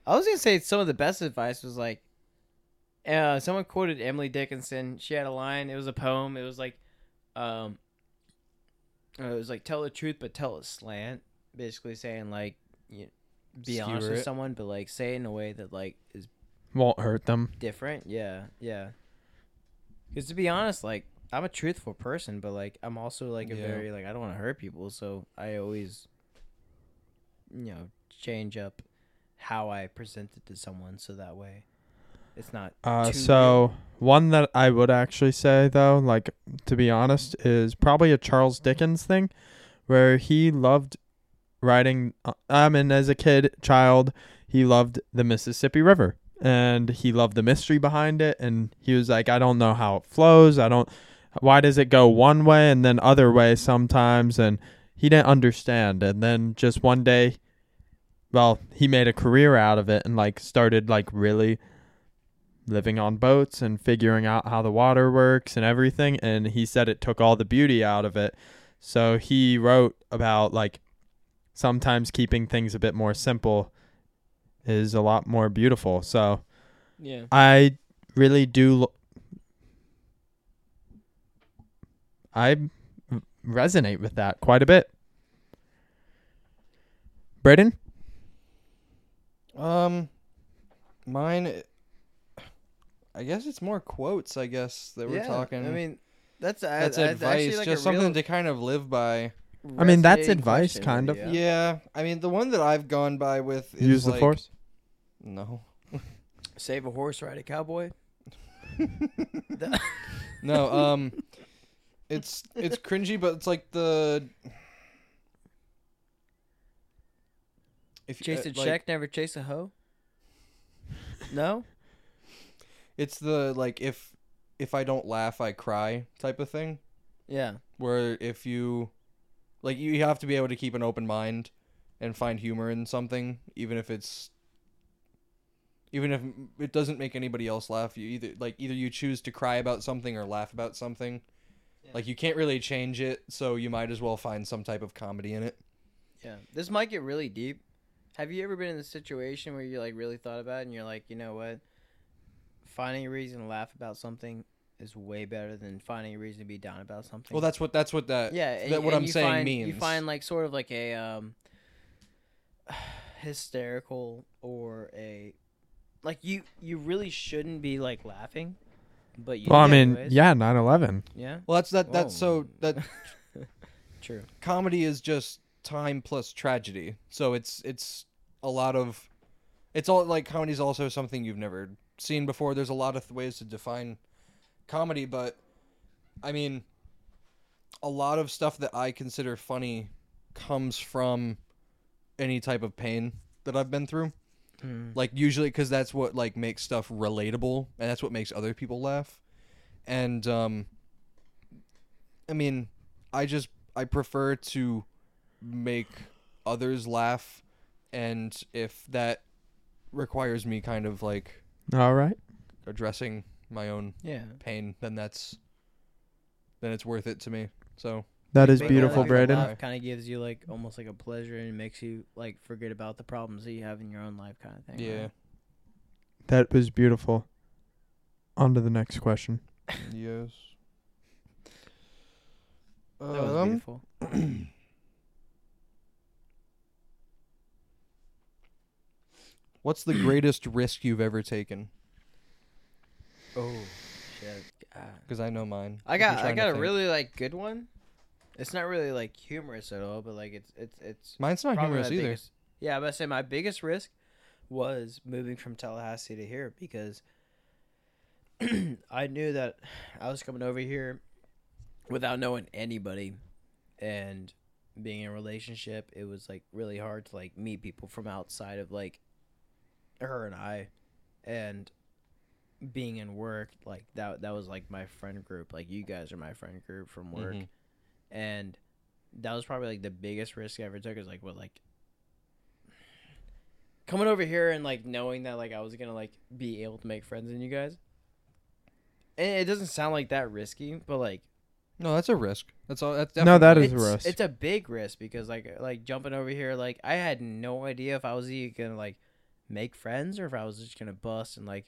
I was gonna say some of the best advice was like, uh, someone quoted Emily Dickinson. She had a line. It was a poem. It was like, um, uh, it was like tell the truth but tell it slant, basically saying like, you be honest
Skewer
with
it.
someone, but like say it in a way that like is
Won't hurt them.
different. Yeah, yeah. Because to be honest, like I'm a truthful person, but like I'm also like a
Yeah.
very like I don't want to hurt people, so I always, you know, change up how I present it to someone so that way it's not.
Uh,
too
so one that I would actually say though, like to be honest, is probably a Charles Dickens thing, where he loved riding. uh, I mean, as a kid, child, he loved the Mississippi River, and he loved the mystery behind it. And he was like, I don't know how it flows. I don't. Why does it go one way and then other way sometimes? And he didn't understand. And then just one day, well, he made a career out of it and like started like really living on boats and figuring out how the water works and everything and he said it took all the beauty out of it so he wrote about like sometimes keeping things a bit more simple is a lot more beautiful so
Yeah.
i really do lo- i resonate with that quite a bit braden
Um, mine. I guess it's more quotes. I guess that we're talking.
I mean, that's
that's advice, just something to kind of live by.
I mean, that's advice, kind of.
Yeah.
Yeah.
I mean the one that I've gone by with is
use the
like-
force
No,
Save a horse, ride a cowboy.
no. Um, It's it's cringy, but it's like the. If you- uh,
Chase a
like,
check, never chase a hoe. No,
It's the like if if I don't laugh, I cry type of thing.
yeah,
Where if you, like, you have to be able to keep an open mind, and find humor in something, even if it's. Even if it doesn't make anybody else laugh, you either like either you choose to cry about something or laugh about something. Like you can't really change it, so you might as well find some type of comedy in it.
yeah. This might get really deep. Have you ever been in a situation where you like really thought about it and you're like, you know what? Finding a reason to laugh about something is way better than finding a reason to be down about something.
Well, that's what that's what that
yeah
that
and-
what
and
I'm
you
saying
find,
means.
you find like sort of like a um hysterical or a like you you really shouldn't be like laughing but you
Well, I
do
mean,
anyways.
yeah, 9/11.
yeah
well, that's that that's so
Whoa.
that
true
comedy is just time plus tragedy. So it's it's a lot of it's all like comedy's also something you've never seen before. There's a lot of ways to define comedy, but I mean a lot of stuff that I consider funny comes from any type of pain that I've been through. like usually because that's what like makes stuff relatable and that's what makes other people laugh and um i mean i just i prefer to make others laugh and if that requires me kind of like
All right.
addressing my own
yeah
pain then that's then it's worth it to me so
That is
Big
beautiful,
Brother. Brandon.
Braden.
Wow.
kind of gives you like almost like a pleasure and makes you like forget about the problems that you have in your own life kind of thing
yeah
right?
That was beautiful. On to the next question.
yes
that was
um,
beautiful
what's the greatest risk you've ever taken
oh shit God.
because i know mine
I
If you're
got I
trying to
got a
think.
really like good one. It's not really like humorous at all, but like it's it's it's
Mine's not
probably
humorous
my
either.
biggest- yeah, I'm gonna say my biggest risk was moving from Tallahassee to here because I knew that I was coming over here without knowing anybody and being in a relationship, it was like really hard to like meet people from outside of like her and I and being in work, like that that was like my friend group. Like you guys are my friend group from work.
Mhm.
And that was probably like the biggest risk I ever took is like what like coming over here and like knowing that like I was gonna like be able to make friends in you guys. And it doesn't sound like that risky, but like
No, that's a risk. That's all. That's
No, that
definitely-
is a
it's,
risk.
It's a big risk because like like jumping over here, like I had no idea if I was even gonna like make friends or if I was just gonna bust and like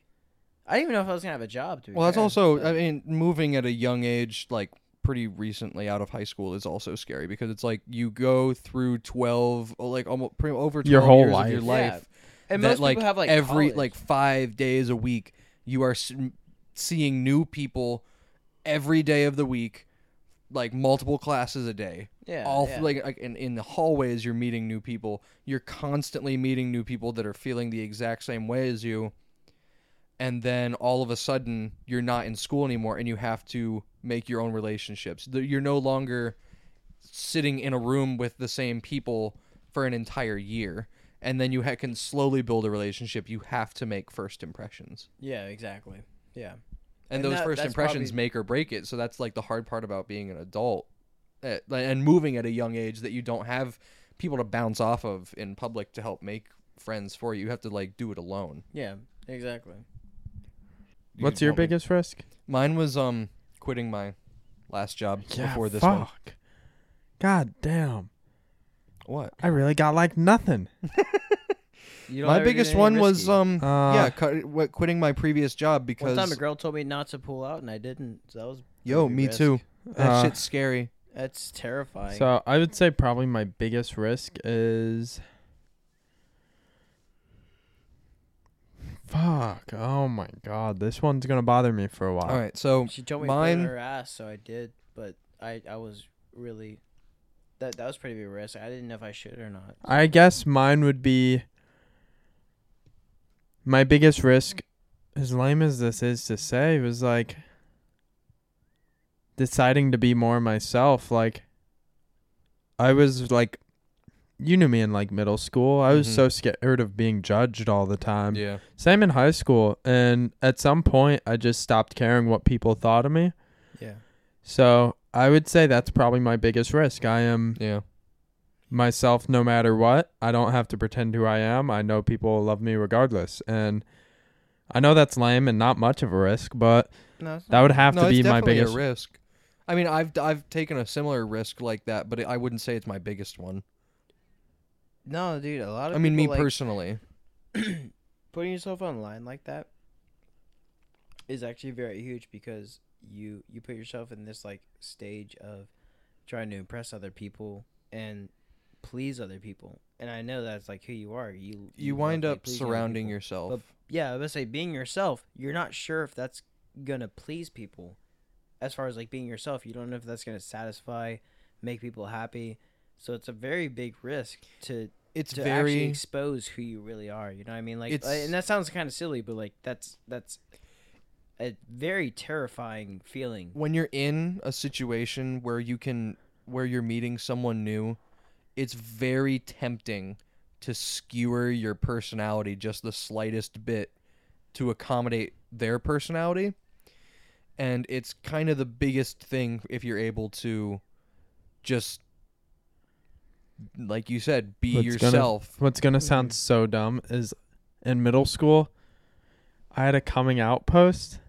I didn't even know if I was gonna have a job. To be
Well, that's
fair,
also.
but-
I mean, moving at a young age, like pretty recently out of high school, is also scary because it's like you go through twelve, oh, like almost pretty, over 12
Your whole
years
life.
Of your
Yeah.
life
and
that
most
like
people have like
every
college.
like five days a week, you are s- seeing new people every day of the week, like multiple classes a day.
yeah,
all
yeah.
like, like in, in the hallways you're meeting new people you're constantly meeting new people that are feeling the exact same way as you and then all of a sudden you're not in school anymore and you have to make your own relationships Th- you're no longer sitting in a room with the same people for an entire year and then you ha- can slowly build a relationship you have to make first impressions
yeah, exactly, yeah.
and,
And
those
that-
first
that's
impressions
probably-
make or break it so that's like the hard part about being an adult uh, and moving at a young age that you don't have people to bounce off of in public to help make friends for you you have to like do it alone
Yeah, exactly.
You
What's your
want me-
biggest risk?
mine was um quitting my last job before this one
fuck. God damn.
what
I really got like nothing.
You
my
ever do
biggest
anything
one was
risky.
um
Uh,
yeah cut, what, quitting my previous job
One
because
time a girl told me not to pull out and I didn't, so that was
yo
pretty
me
risk.
too that
Uh,
shit's scary
That's terrifying.
So I would say probably my biggest risk is. Fuck. Oh my god. This one's gonna bother me for a while.
all right so
She told me to
Mine-
put it in her ass, so I did. But I, I was really that that was pretty big risk. I didn't know if I should or not.
I guess mine would be my biggest risk, as lame as this is to say, was like deciding to be more myself like i was like you knew me in like middle school i was
Mhm.
so scared of being judged all the time
yeah.
same in high school and at some point i just stopped caring what people thought of me
Yeah.
so i would say that's probably my biggest risk i am
Yeah.
myself no matter what. I don't have to pretend who I am. I know people will love me regardless. And I know that's lame and not much of a risk, but
No, it's not.
that would have
no,
to be
it's
my
definitely
biggest
a risk. I mean, I've I've taken a similar risk like that, but I wouldn't say it's my biggest one.
no, dude. A lot of
I mean, me
people, like,
personally.
putting yourself online like that is actually very huge because you you put yourself in this like stage of trying to impress other people and please other people and i know that's like who you are you
You
love,
wind
like,
up
pleasing other
surrounding
people.
yourself.
yeah i was say being yourself you're not sure if that's gonna please people as far as like being yourself you don't know if that's gonna satisfy make people happy so it's a very big risk to
it's
to actually
very
expose who you really are. You know what I mean? Like,
It's-
and that sounds kind of silly, but like that's that's a very terrifying feeling.
when you're in a situation where you can where you're meeting someone new, it's very tempting to skewer your personality just the slightest bit to accommodate their personality. And it's kind of the biggest thing if you're able to just like you said, be
That's gonna-
yourself.
What's going to sound so dumb is in middle school, I had a coming out post.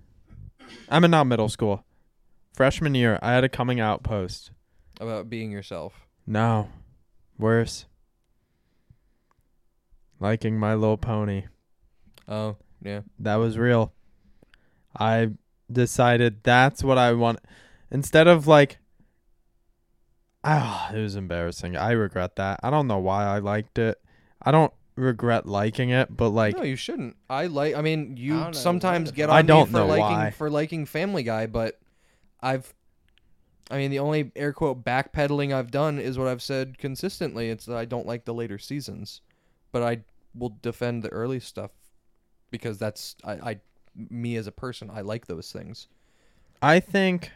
I'm in not middle school. Freshman year, I had a coming out post.
about being yourself.
No, worse. Liking My Little Pony.
Oh, yeah.
that was real. I decided that's what I want. Instead of like, ah, it was embarrassing. I regret that. I don't know why I liked it. I don't regret liking it, but like,
no, you shouldn't. I like. I mean,
I
you
don't know
sometimes
why.
get on
I don't
me for
know
liking
why.
for liking Family Guy, but I've. I mean, the only air quote backpedaling I've done is what I've said consistently. It's that I don't like the later seasons, but I will defend the early stuff because that's I, I me as a person. I like those things.
I think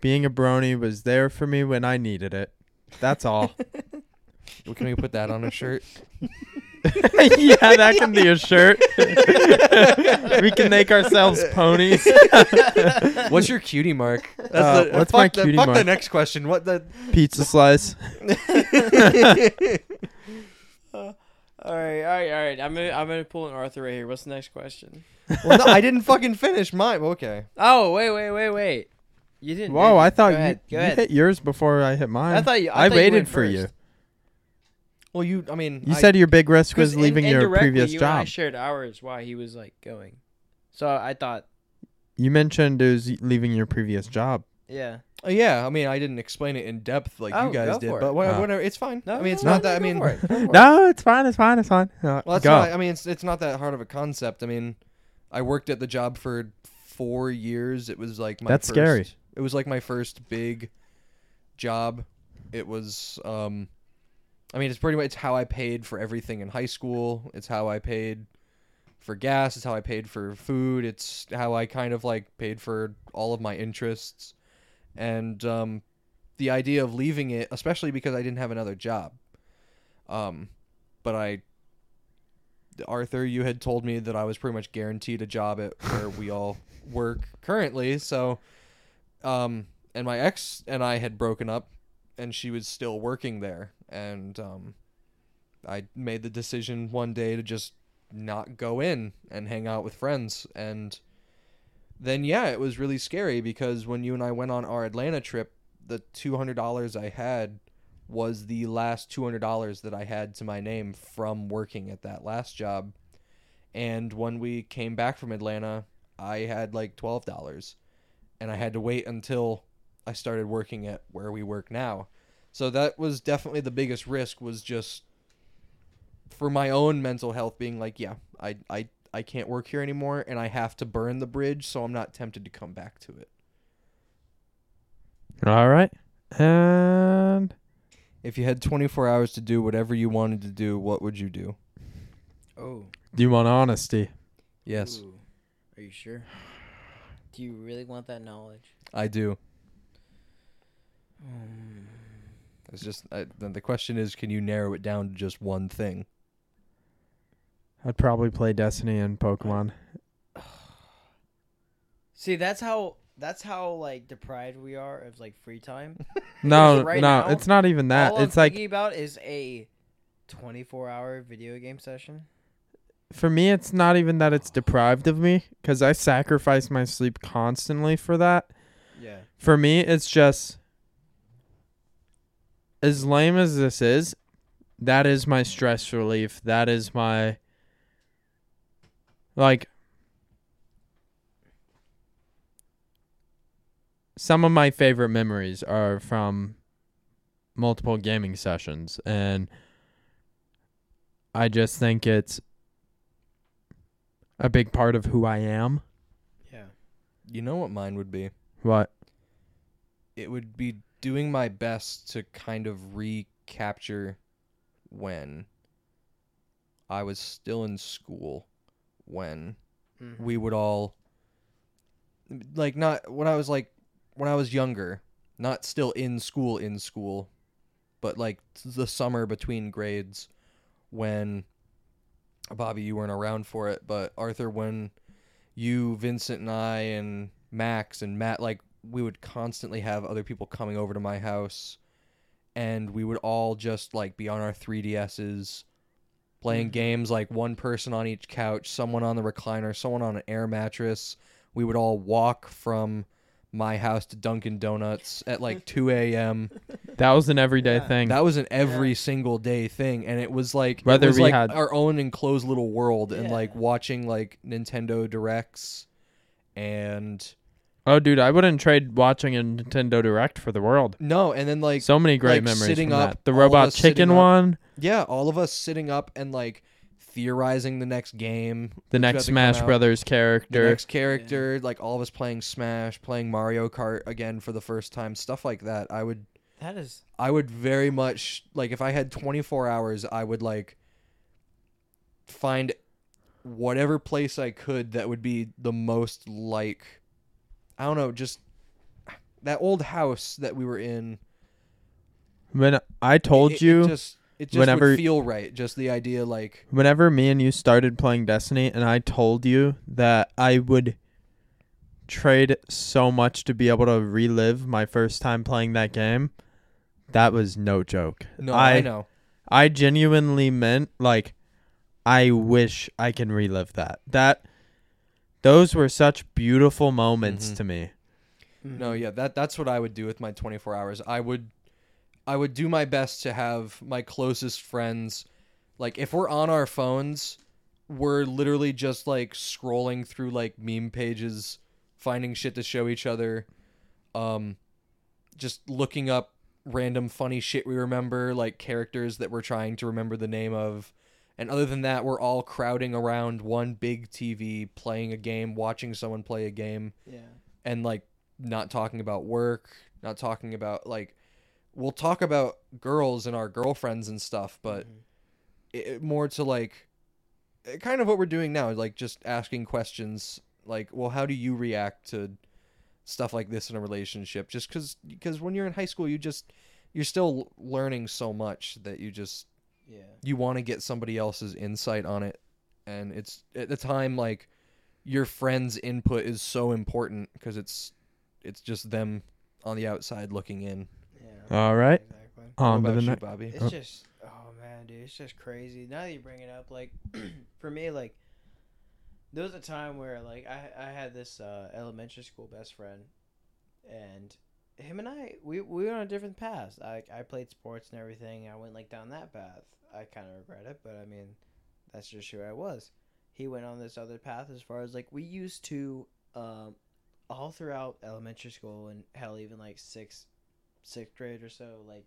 being a brony was there for me when I needed it. That's all.
Can we put that on a shirt?
yeah, that can be a shirt. we can make ourselves ponies.
What's your cutie mark? That's
Uh, what's my
fuck the-
cutie
fuck the
mark?
next question. What the?
Pizza slice.
All right, all right, all right. I'm gonna I'm gonna pull an Arthur right here. What's the next question?
Well, no, I didn't fucking finish mine. Okay.
Oh wait, wait,
wait, wait. You didn't.
Whoa, I thought
Go ahead,
you,
go
you
ahead.
hit yours before I hit mine.
I thought you. I,
I
thought you
waited
went
for you.
first.
Well, you. I mean,
You
I-
said your big risk was
'Cause in-
leaving your
indirectly,
previous
you And I
job.
shared ours while he was like going. So I thought,
you mentioned it was leaving your previous job.
Yeah.
Uh, Yeah, I mean, I didn't explain it in depth like
Oh,
you guys
go
did,
for
but
it.
whatever,
Oh.
whatever, it's fine.
No,
I mean,
no,
it's
no,
not
no,
that. I
go
mean,
for it, go
well,
No, it's fine. It's fine. It's fine. Uh,
that's
go.
not. I mean, it's it's not that hard of a concept. I mean, I worked at the job for four years. It was like my
That's
first,
scary.
It was like my first big job. It was. um I mean, it's pretty much it's how I paid for everything in high school. It's how I paid for gas. It's how I paid for food. It's how I kind of like paid for all of my interests. And um, the idea of leaving it, especially because I didn't have another job. Um, but I, Arthur, you had told me that I was pretty much guaranteed a job at where we all work currently. So, um, and my ex and I had broken up, and she was still working there, and um, I made the decision one day to just not go in and hang out with friends and then yeah it was really scary because when you and i went on our atlanta trip the $200 i had was the last $200 that i had to my name from working at that last job and when we came back from atlanta i had like $12 and i had to wait until i started working at where we work now so that was definitely the biggest risk was just for my own mental health being like yeah i i i can't work here anymore and i have to burn the bridge so i'm not tempted to come back to it
All right. And
if you had 24 hours to do whatever you wanted to do what would you do
Oh.
do you want honesty?
yes
Ooh. Are you sure? Do you really want that knowledge?
I do.
Um,
It's just I, then the question is, can you narrow it down to just one thing?
I'd probably play Destiny and Pokemon.
See, that's how that's how like deprived we are of like free time.
No,
Because right
no,
now,
it's not even that.
All
It's
I'm
like
thinking about is a 24-hour video game session.
for me, it's not even that it's deprived of me because I sacrifice my sleep constantly for that.
Yeah.
For me, it's just as lame as this is. That is my stress relief. That is my like some of my favorite memories are from multiple gaming sessions and I just think it's a big part of who I am.
Yeah.
You know what mine would be?
What?
It would be doing my best to kind of recapture when I was still in school when
Mm-hmm.
we would all like not when I was like when I was younger, not still in school in school, but like the summer between grades when Bobby you weren't around for it, but Arthur when you, Vincent and I and Max and Matt like we would constantly have other people coming over to my house and we would all just like be on our 3DSs playing games like one person on each couch, someone on the recliner, someone on an air mattress. We would all walk from my house to Dunkin' Donuts at like 2 a.m.
That was an everyday
Yeah.
thing.
That was an every single day thing, and it was like it
Whether
was
we
like
had-
our own enclosed little world, and
Yeah.
like watching like Nintendo directs, and
Oh, dude, I wouldn't trade watching a Nintendo Direct for the world.
no, and then like
so many great
like,
memories
sitting
from
up,
that. The
all of
robot
us sitting
chicken
up.
one,
yeah, all of us sitting up and like theorizing the next game,
the
that's about
next
to come
Smash
out,
Brothers
the
character.
next character, like all of us playing Smash, playing Mario Kart again for the first time, stuff like that. I would
That is
I would very much like if I had 24 hours, I would like find whatever place I could that would be the most like I don't know, just that old house that we were in.
when I told
it- it
you,
just it just
whenever-
would feel right. Just the idea like
whenever me and you started playing Destiny, and I told you that I would trade so much to be able to relive my first time playing that game, that was no joke.
no, I,
I
know.
I genuinely meant like I wish I can relive that. That those were such beautiful moments
Mhm.
to me.
No, yeah, that that's what I would do with my 24 hours. I would I would do my best to have my closest friends like if we're on our phones, we're literally just like scrolling through like meme pages, finding shit to show each other, um just looking up random funny shit we remember, like characters that we're trying to remember the name of. And other than that, we're all crowding around one big TV, playing a game, watching someone play a game
yeah.
and like not talking about work, not talking about like we'll talk about girls and our girlfriends and stuff, but it, it more to like eh, kind of what we're doing now, like just asking questions like, well, how do you react to stuff like this in a relationship? Just cuz because when you're in high school, you just you're still learning so much that you just
Yeah.
you want to get somebody else's insight on it and it's at the time like your friend's input is so important because it's it's just them on the outside looking in
Yeah.
All right.
Exactly.
On to
what about
the
you,
next.
bobby
It's just oh man, dude, it's just crazy. Now that you bring it up, like for me, like there was a time where like I I had this uh, elementary school best friend, and him and I we we were on different paths. I I played sports and everything. I went like down that path. I kind of regret it, but I mean, that's just who I was. He went on this other path as far as like we used to um all throughout elementary school and hell even like sixth sixth grade or so like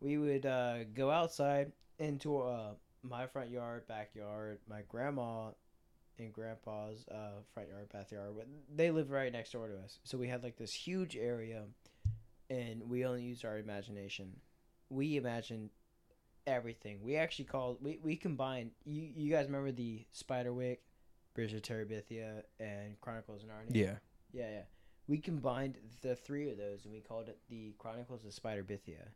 we would uh, go outside into uh, my front yard, backyard, my grandma and grandpa's uh, front yard, backyard. But they lived right next door to us, so we had like this huge area, and we only used our imagination. We imagined everything. We actually called we we combined. You you guys remember the Spiderwick, Bridge of Terabithia, and Chronicles of Narnia?
yeah
Yeah, yeah. We combined the three of those and we called it the Chronicles of Spiderbithia.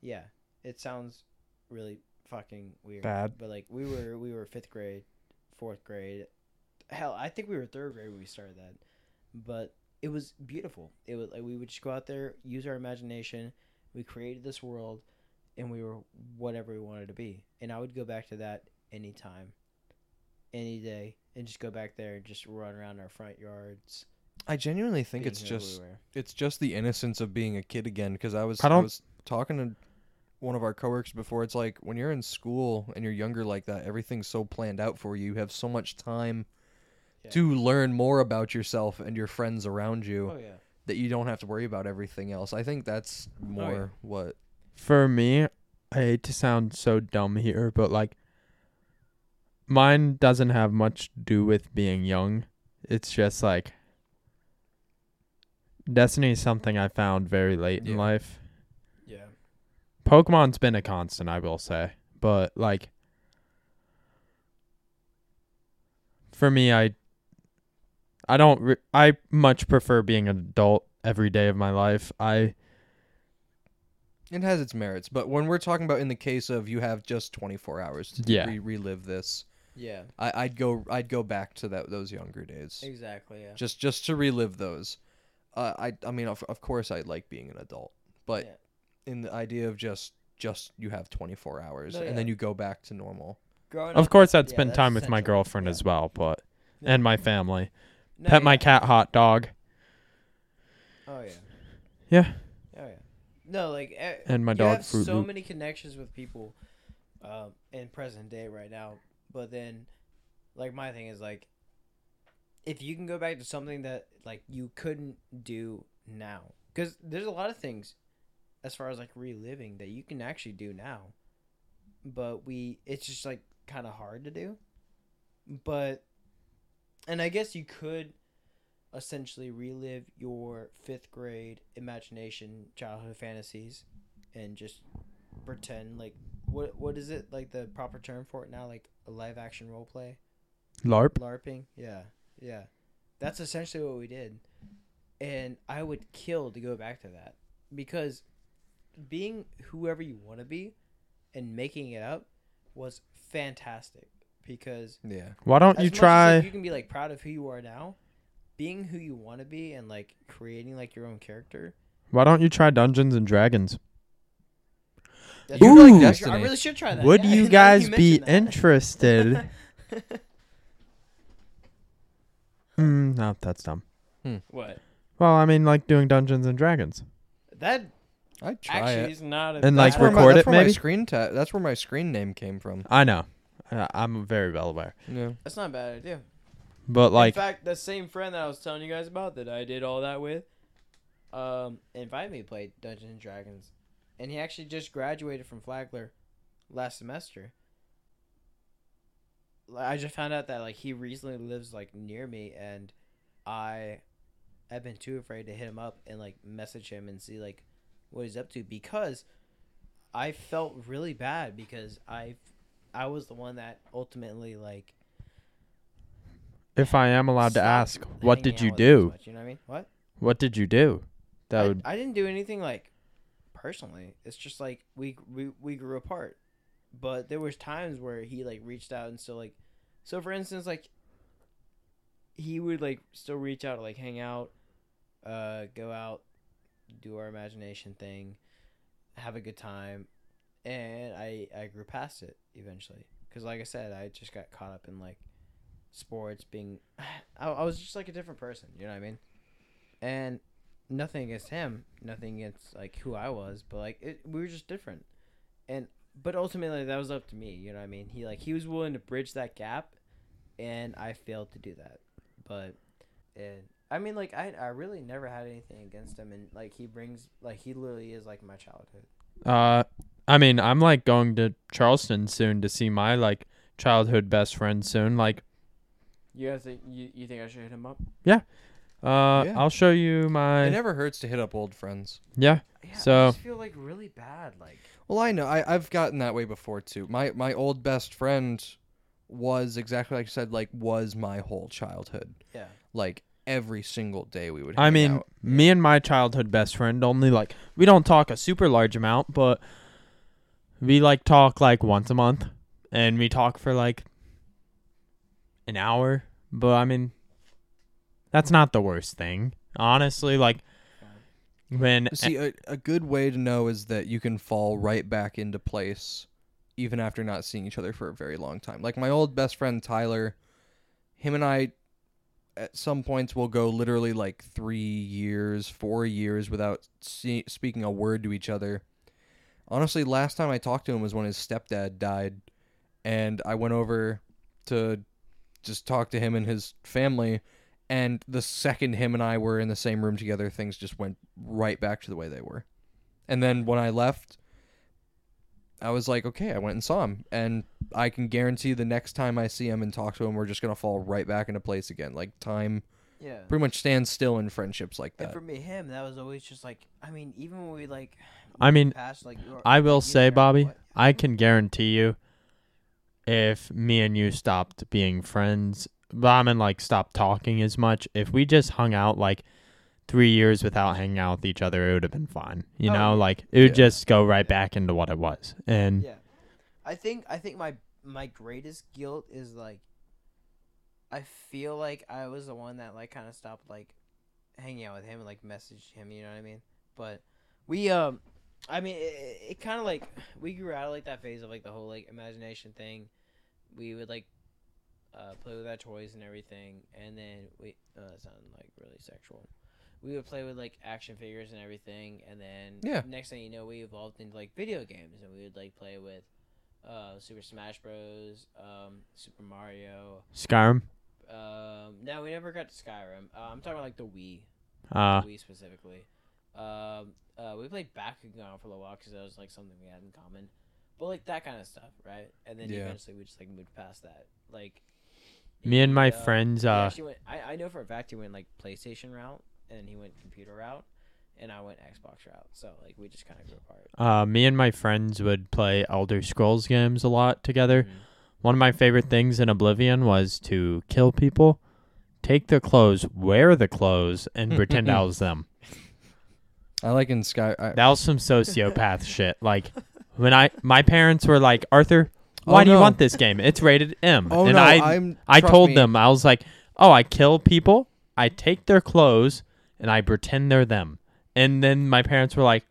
Yeah, it sounds really fucking weird.
Bad.
But like we were we were fifth grade, fourth grade. Hell, I think we were third grade when we started that. But it was beautiful. It was like we would just go out there, use our imagination. We created this world, and we were whatever we wanted to be. And I would go back to that anytime, any day, and just go back there and just run around our front yards.
I genuinely think
Being
it's
who
just
we were.
it's just the innocence of being a kid again because I was
I
I,
don't-
was talking to one of our coworkers before it's like when you're in school and you're younger like that everything's so planned out for you you have so much time
Yeah.
to learn more about yourself and your friends around you
Oh yeah.
that you don't have to worry about everything else I think that's more what
For me, I hate to sound so dumb here, but like mine doesn't have much to do with being young. It's just like Destiny is something I found very late in
Yeah.
life.
Yeah.
Pokemon's been a constant, I will say, but like for me, I I don't re- I much prefer being an adult every day of my life. I
it has its merits but when we're talking about in the case of you have just 24 hours to
Yeah.
re- relive this
Yeah.
I, I'd go I'd go back to that those younger days
Exactly. Yeah.
just just to relive those. Uh, I I mean, of, of course, I like being an adult, but
Yeah.
in the idea of just just you have 24 hours
No,
and
yeah.
then you go back to normal.
Growing
Of
up-
course, I'd
yeah,
spend
that's
time with my
essential.
girlfriend
Yeah.
as well, but
No,
and my family.
no,
Pet my
yeah.
cat, hot dog.
Oh yeah.
Yeah,
Oh yeah. No, like eh,
and my
you
dog,
have
Fruit
so
Loop.
many connections with people, um, in present day right now. But then, like my thing is like, if you can go back to something that like you couldn't do now, because there's a lot of things, as far as like reliving that you can actually do now, but we it's just like kind of hard to do, but, and I guess you could. Essentially, relive your fifth grade imagination, childhood fantasies, and just pretend like what what is it like the proper term for it now like a live action role play
LARP.
larping yeah yeah that's essentially what we did and i would kill to go back to that because being whoever you want to be and making it up was fantastic because
Yeah,
Why don't
as
you
much as,
try?
like, you can be like proud of who you are now being who you want to be and like creating like your own character
Why don't you try Dungeons and Dragons?
that's
You'd like
I should-
Destiny.
i really should try that
Would
yeah, now
you
that
guys be
mention that.
interested? mm, no, that's dumb.
What?
Well, I mean, like doing Dungeons and Dragons.
that
I'd try
Actually,
it.
he's not a
And,
bad-
like,
That's where my,
record
that's
it,
where my
maybe?
screen ta- that's where my screen name came from.
I know. Uh, I'm very well aware,
Yeah,
that's not a bad idea.
but like,
in fact, the same friend that I was telling you guys about that I did all that with. Um,
Invited me to play Dungeons and Dragons, and he actually just graduated from Flagler last semester. Like, I just found out that like he recently lives like near me, and I have been too afraid to hit him up and like message him and see like what he's up to because I felt really bad because I I was the one that ultimately like
if I am allowed to
stopped
ask, what
hanging
did
out
you
with him as
do?
much, you know what I mean? What?
What did you do? That
I,
would.
I didn't do anything like personally. It's just like we we we grew apart. But there was times where he like reached out and still like so for instance like
he would like still reach out, like hang out.
uh go out, do our imagination thing, have a good time, and I I grew past it eventually cuz like I said I just got caught up in like sports being I, I was just like a different person, you know what I mean? And nothing against him, nothing against like who I was, but like it, we were just different. And but ultimately that was up to me, you know what I mean? He like he was willing to bridge that gap and I failed to do that. But and I mean like I I really never had anything against him and like he brings like he literally is like my childhood.
Uh, I mean, I'm like going to Charleston soon to see my like childhood best friend soon. Like,
You guys think you, you think I should hit him up?
uh,
Yeah.
I'll show you my.
it never hurts to hit up old friends.
yeah.
Yeah, I
So-
just feel like really bad like
Well, I know I, I've gotten that way before too. My my old best friend was exactly like you said, like was my whole childhood.
yeah.
like every single day we would.
I
hang
mean,
out.
me and my childhood best friend only like we don't talk a super large amount, but we like talk like once a month, and we talk for like an hour. But I mean, that's not the worst thing, honestly. Like when
see a, a good way to know is that you can fall right back into place, even after not seeing each other for a very long time. Like my old best friend Tyler, him and I, at some points will go literally like three years, four years without see, speaking a word to each other. Honestly, last time I talked to him was when his stepdad died, and I went over to just talk to him and his family. And the second him and I were in the same room together, things just went right back to the way they were. And then when I left, I was like, okay, I went and saw him. And I can guarantee the next time I see him and talk to him, we're just going to fall right back into place again. Like, time
Yeah.
pretty much stands still in friendships like
And
that.
for me, him, that was always just like, I mean, even when we like,
I mean,
passed, like, you are-
I will
you
say,
never
Bobby,
what-
I can guarantee you, if me and you stopped being friends, but I mean, like, stopped talking as much, if we just hung out like three years without hanging out with each other, it would have been fine. You
Oh,
know,
yeah.
like, it would
Yeah.
just go right back into what it was. And
Yeah, I think I think my my greatest guilt is like, I feel like I was the one that like kind of stopped like hanging out with him and like messaged him. You know what I mean? But we um, I mean, it, it kind of like we grew out of like that phase of like the whole like imagination thing. We would like. Uh, play with our toys and everything, and then we. Oh, that sounded like really sexual. We would play with like action figures and everything, and then
Yeah.
Next thing you know, we evolved into like video games, and we would like play with uh, Super Smash Bros, um, Super Mario.
Skyrim,
Um, no, we never got to Skyrim. Uh, I'm talking about like the Wii,
uh,
the Wii specifically. Um, uh, we played Bakugan for a little while because that was like something we had in common, but like that kind of stuff, right? And then
Yeah.
eventually we just like moved past that. Like
me and my
friends.
friends,
He
uh,
actually went, I, I know for a fact he went like PlayStation route, and then he went computer route, and I went Xbox route. So like we just kind of grew apart.
uh, me and my friends would play Elder Scrolls games a lot together.
Mm-hmm.
One of my favorite things in Oblivion was to kill people, take their clothes, wear the clothes, and pretend I was them.
I like in Sky. I,
That was some sociopath shit. Like when I my parents were like, Arthur, why
Oh,
do you
no.
want this game? It's rated M.
oh,
and
no,
I
I'm,
I
trust
told
me,
them I was like, Oh, I kill people, I take their clothes, and I pretend they're them. And then my parents were like,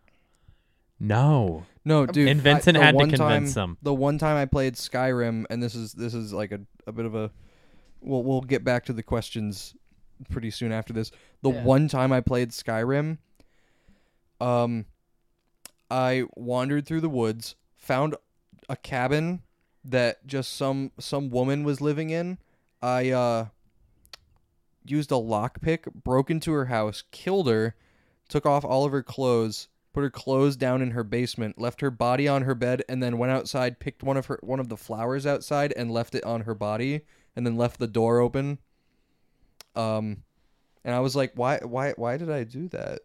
No.
No, dude.
and Vincent
I, the
had to
one
convince
time,
them.
the one time I played Skyrim, and this is this is like a, a bit of a we'll we'll get back to the questions pretty soon after this. The
Yeah.
one time I played Skyrim, um I wandered through the woods, found a cabin that just some some woman was living in. I uh used a lockpick, broke into her house, killed her, took off all of her clothes, put her clothes down in her basement, left her body on her bed, and then went outside, picked one of her one of the flowers outside and left it on her body, and then left the door open. Um, and I was like, why, why, why did I do that?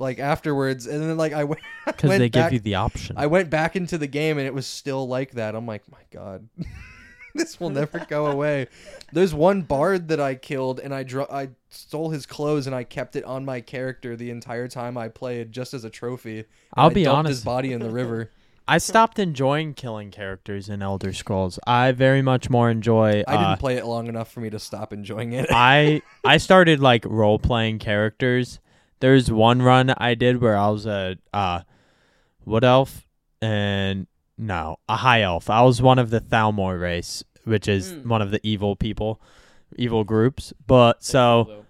Like afterwards, and then like I went
Because
went
they
back-
give you the option.
I went back into the game and it was still like that. I'm like, my God, this will never go away. There's one bard that I killed and I dro- I stole his clothes and I kept it on my character the entire time I played just as a trophy.
I'll
I
be
dumped
honest.
His body in the river.
I stopped enjoying killing characters in Elder Scrolls. I very much more enjoy.
I
uh,
didn't play it long enough for me to stop enjoying it.
I I started like role playing characters. There's one run I did where I was a uh, wood elf and no a high elf. I was one of the Thalmor race, which is
Mm.
one of the evil people, evil groups. But so.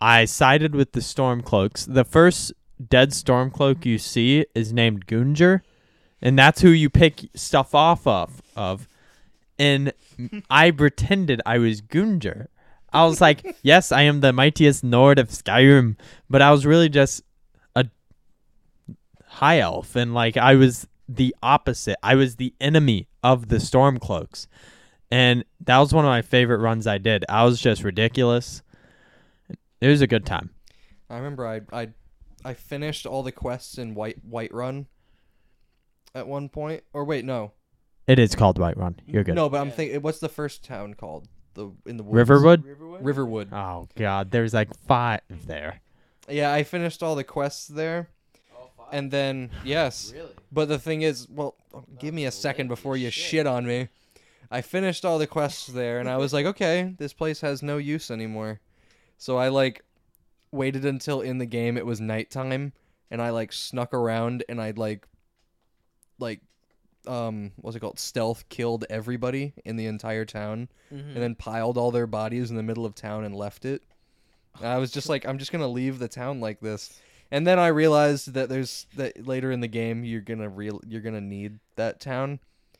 I sided with the Stormcloaks. The first dead Stormcloak you see is named Gunjar, and that's who you pick stuff off of. of. And I pretended I was Gunjar. I was like, yes, I am the mightiest Nord of Skyrim, but I was really just a high elf, and like I was the opposite. I was the enemy of the Stormcloaks. And that was one of my favorite runs I did. I was just ridiculous. It was a good time.
I remember I I I finished all the quests in White White Run at one point. Or wait, no,
It is called White Run. You're good.
no. But I'm
Yeah.
thinking, what's the first town called? the in the woods.
Riverwood.
Riverwood.
Riverwood.
Oh God, there's like five there.
Yeah, I finished all the quests there, and then yes.
Really?
But the thing is, well, give me a second before you shit on me. I finished all the quests there, and I was like, okay, this place has no use anymore. So I like waited until in the game it was nighttime, and I like snuck around and I like, like, um, what's it called? Stealth killed everybody in the entire town,
Mhm.
and then piled all their bodies in the middle of town and left it. And I was just like, I'm just gonna leave the town like this. And then I realized that there's that later in the game you're gonna real you're gonna need that town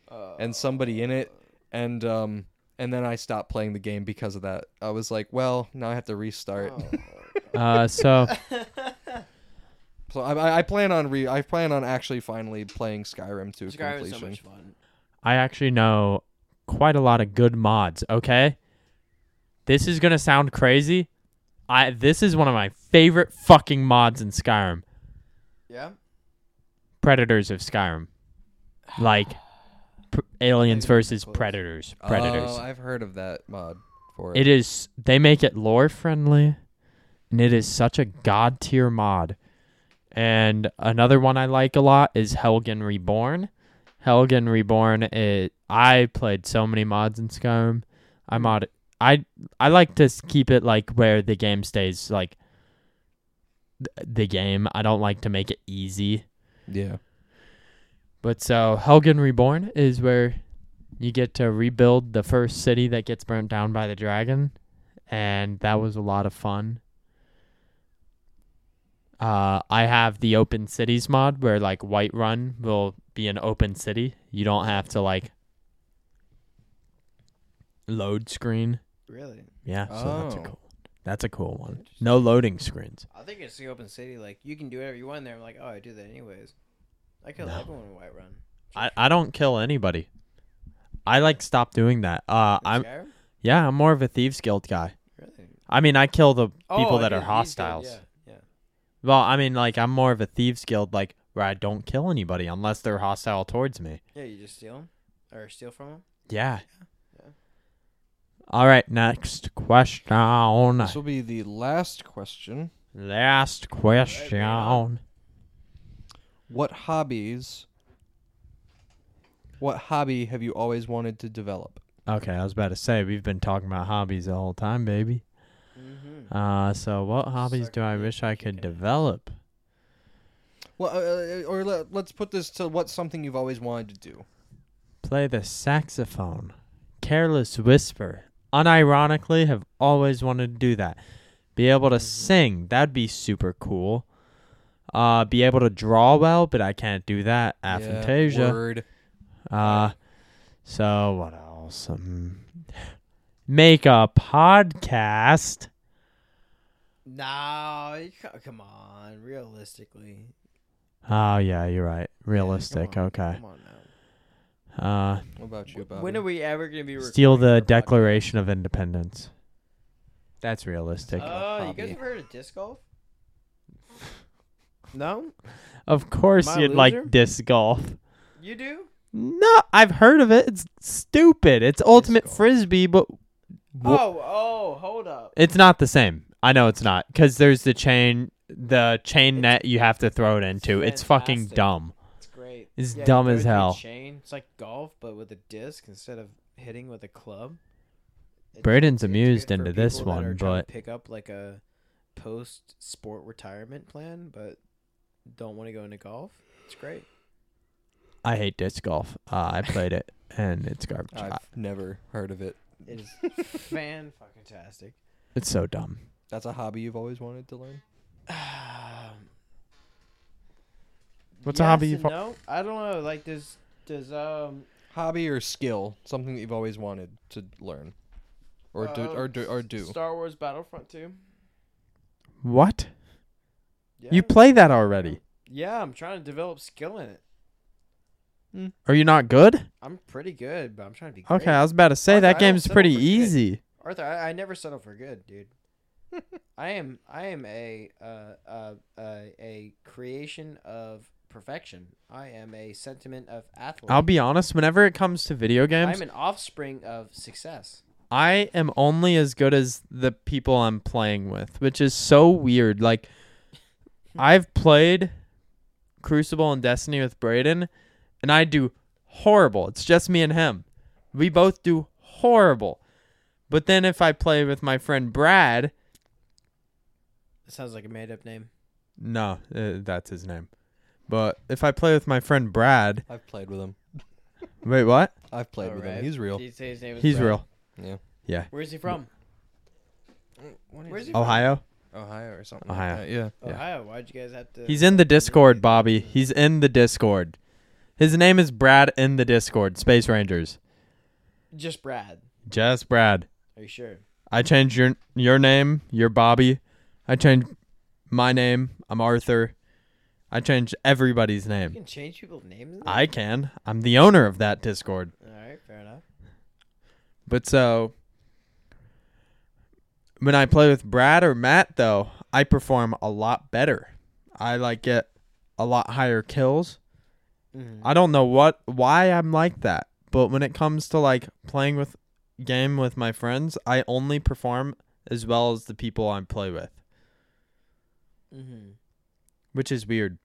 Uh,
and somebody in it and um and then I stopped playing the game because of that. I was like, well, now I have to restart.
Oh.
Uh, so
so I- I, I plan on re I plan on actually finally playing Skyrim to
Skyrim is so
completion.
much fun.
I actually know quite a lot of good mods. Okay, this is gonna sound crazy. I this is one of my favorite fucking mods in Skyrim.
Yeah.
Predators of Skyrim, like pr- aliens versus predators. Predators.
Oh, I've heard of that mod for
It is. They make it lore friendly, and it is such a god tier mod. And another one I like a lot is Helgen Reborn. Helgen Reborn. It. I played so many mods in Skyrim. I mod. I I like to s- keep it like where the game stays like th- the game. I don't like to make it easy.
Yeah.
But so Helgen Reborn is where you get to rebuild the first city that gets burnt down by the dragon, and that was a lot of fun. Uh, I have the open cities mod where like Whiterun will be an open city. You don't have to like load screen.
Really?
Yeah, so that's a
Oh.
cool. That's a cool one. No loading screens.
I
I think it's the open city. Like you can do whatever you want in there. I'm like, oh, I do that anyways. I kill
No.
everyone in Whiterun.
I, I don't kill anybody. I like stop doing that. Uh,
In
I'm
Skyrim?
yeah, I'm more of a thieves guild guy.
Really?
I mean, I kill the people
Oh, I
that
do-
are
he's good,
hostiles.
Yeah. yeah.
Well, I mean, like I'm more of a thieves guild, like where I don't kill anybody unless they're hostile towards me.
Yeah. You just steal 'em? or steal from them.
Yeah.
Yeah.
All right, next question.
This will be the last question.
Last question.
What hobbies? What hobby have you always wanted to develop?
Okay, I was about to say we've been talking about hobbies the whole time, baby.
Mm-hmm.
Uh, so what hobbies do I wish I could develop?
Well, uh, uh, or let, let's put this to what's something you've always wanted to do.
play the saxophone. Careless Whisper. Unironically, have always wanted to do that. Be able to sing. That'd be super cool. Uh, be able to draw well, but I can't do that. Aphantasia.
word.
uh, so what else? Um, make a podcast.
No, you co- come on. Realistically,
Oh yeah, you're right. Realistic.
on,
okay.
come on now.
Uh,
What about you, Bobby?
When are we ever gonna be
steal
recording our
the
podcast?
Declaration of Independence. That's realistic.
Oh, you guys
hobby?
ever heard of disc golf? No,
Of course,
Am I a
you'd
loser?
like disc golf.
you do.
No, I've heard of it. It's stupid. It's ultimate
golf.
frisbee, but wo-
oh, oh, hold up.
it's not the same. I know it's not because there's the chain, the chain
It's-
net you have to throw it into. It's fucking
fantastic.
dumb.
It's great.
It's
Yeah, you
dumb
throw
as
it through a
hell.
Chain. It's like golf, but with a disc instead of hitting with a club. It's-
Braden's
it's- it's
amused
good for
into this
people that are
one,
trying
but-
to pick up like a post-sport retirement plan, but don't want to go into golf. It's great.
I hate disc golf. Uh, I played it and it's garbage. Uh,
I've
I-
never heard of it.
It is fan fucking tastic.
It's so dumb.
That's a hobby you've always wanted to learn.
What's a hobby
Um, yes
you
and
fo-
No, I don't know. Like, does does um
Hobby or skill, something that you've always wanted to learn, or do,
uh,
or do, or do.
Star Wars Battlefront two?
What?
Yeah.
You play that already?
yeah, I'm trying to develop skill in it.
Are you not good?
I'm pretty good, but I'm trying to be. Great.
Okay, I was about to say
Arthur, I
that
don't
game's
settle
pretty
for shit.
easy.
Arthur, I, I never settle for good, dude. I am I am a uh, uh, uh, a creation of perfection. I am a sentiment of athlete.
I'll be honest. Whenever it comes to video games,
I'm an offspring of success.
I am only as good as the people I'm playing with, which is so weird. Like I've played Crucible and Destiny with Braden, and I do horrible. It's just me and him. We both do horrible. But then if I play with my friend Brad,
It sounds like a made up name.
no, uh, that's his name. But if I play with my friend Brad,
I've played with him.
wait, what?
I've played with him.
Alright.
He's real.
Did you say his name was
He's
Brad?
real.
Yeah.
Where's he from?
uh,
Where's he
Ohio.
Ohio or something.
Ohio.
Like that. Yeah.
Yeah.
Ohio. Why'd you guys have to?
He's in the Discord, Bobby. He's in the Discord. His name is Brad in the Discord, Space Rangers.
just Brad.
Just Brad.
Are you sure?
I changed your your name. You're Bobby. I changed my name. I'm Arthur. I changed everybody's
You
name.
can change people's names. in
I can. I'm the owner of that Discord.
there? All right, fair enough.
But so when I play with Brad or Matt though, I perform a lot better. I like get a lot higher kills.
Mhm.
I don't know what why I'm like that, but when it comes to like playing with game with my friends, I only perform as well as the people I play with,
Mhm.
which is weird.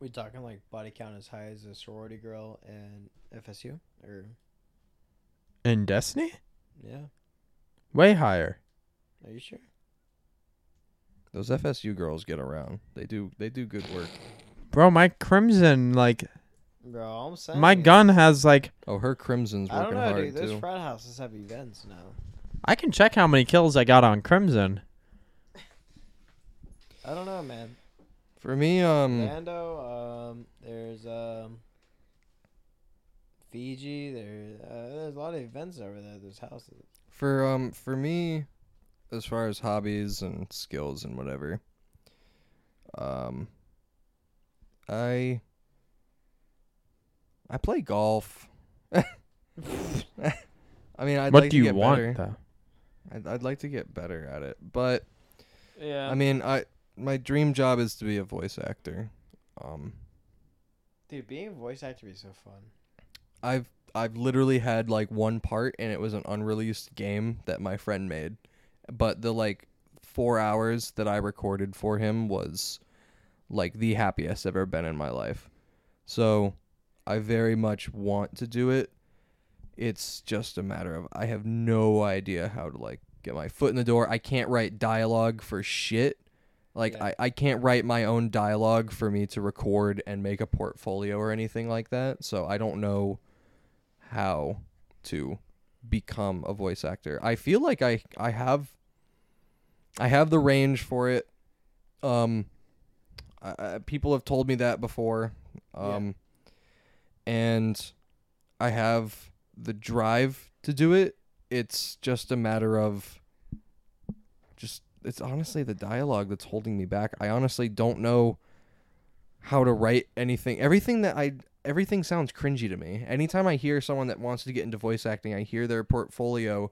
We talking like body count as high as a sorority girl and FSU or
In Destiny,
yeah?
way higher.
Are you sure?
Those FSU girls get around. They do. They do good work.
Bro, my crimson like
Bro, all I'm saying.
my
is-
gun has like
Oh, her crimson's
I don't
working
know,
hard
dude.
too.
Those frat houses have events now.
I can check how many kills I got on crimson.
I don't know, man.
For me, um,
Orlando, um, there's um, Fiji. There, uh, there's a lot of events over there. There's houses.
for um, for me, as far as hobbies and skills and whatever, um, I I play golf. I mean, I'd
what do
like to
you
get
want
better.
though?
I'd, I'd like to get better at it, but
Yeah.
I mean, I my dream job is to be a voice actor. Um,
dude, being a voice actor is so fun.
I've I've literally had like one part and it was an unreleased game that my friend made. But the like 4 hours that I recorded for him was like the happiest I've ever been in my life. So I very much want to do it. It's just a matter of I have no idea how to like get my foot in the door. I can't write dialogue for shit. Like
Yeah.
I, I can't write my own dialogue for me to record and make a portfolio or anything like that. So I don't know how to become a voice actor. I feel like I I have I have the range for it. Um I, I, people have told me that before.
Yeah.
Um and I have the drive to do it. It's just a matter of just it's honestly the dialogue that's holding me back. I honestly don't know how to write anything. Everything that I everything sounds cringy to me. Anytime I hear someone that wants to get into voice acting, I hear their portfolio,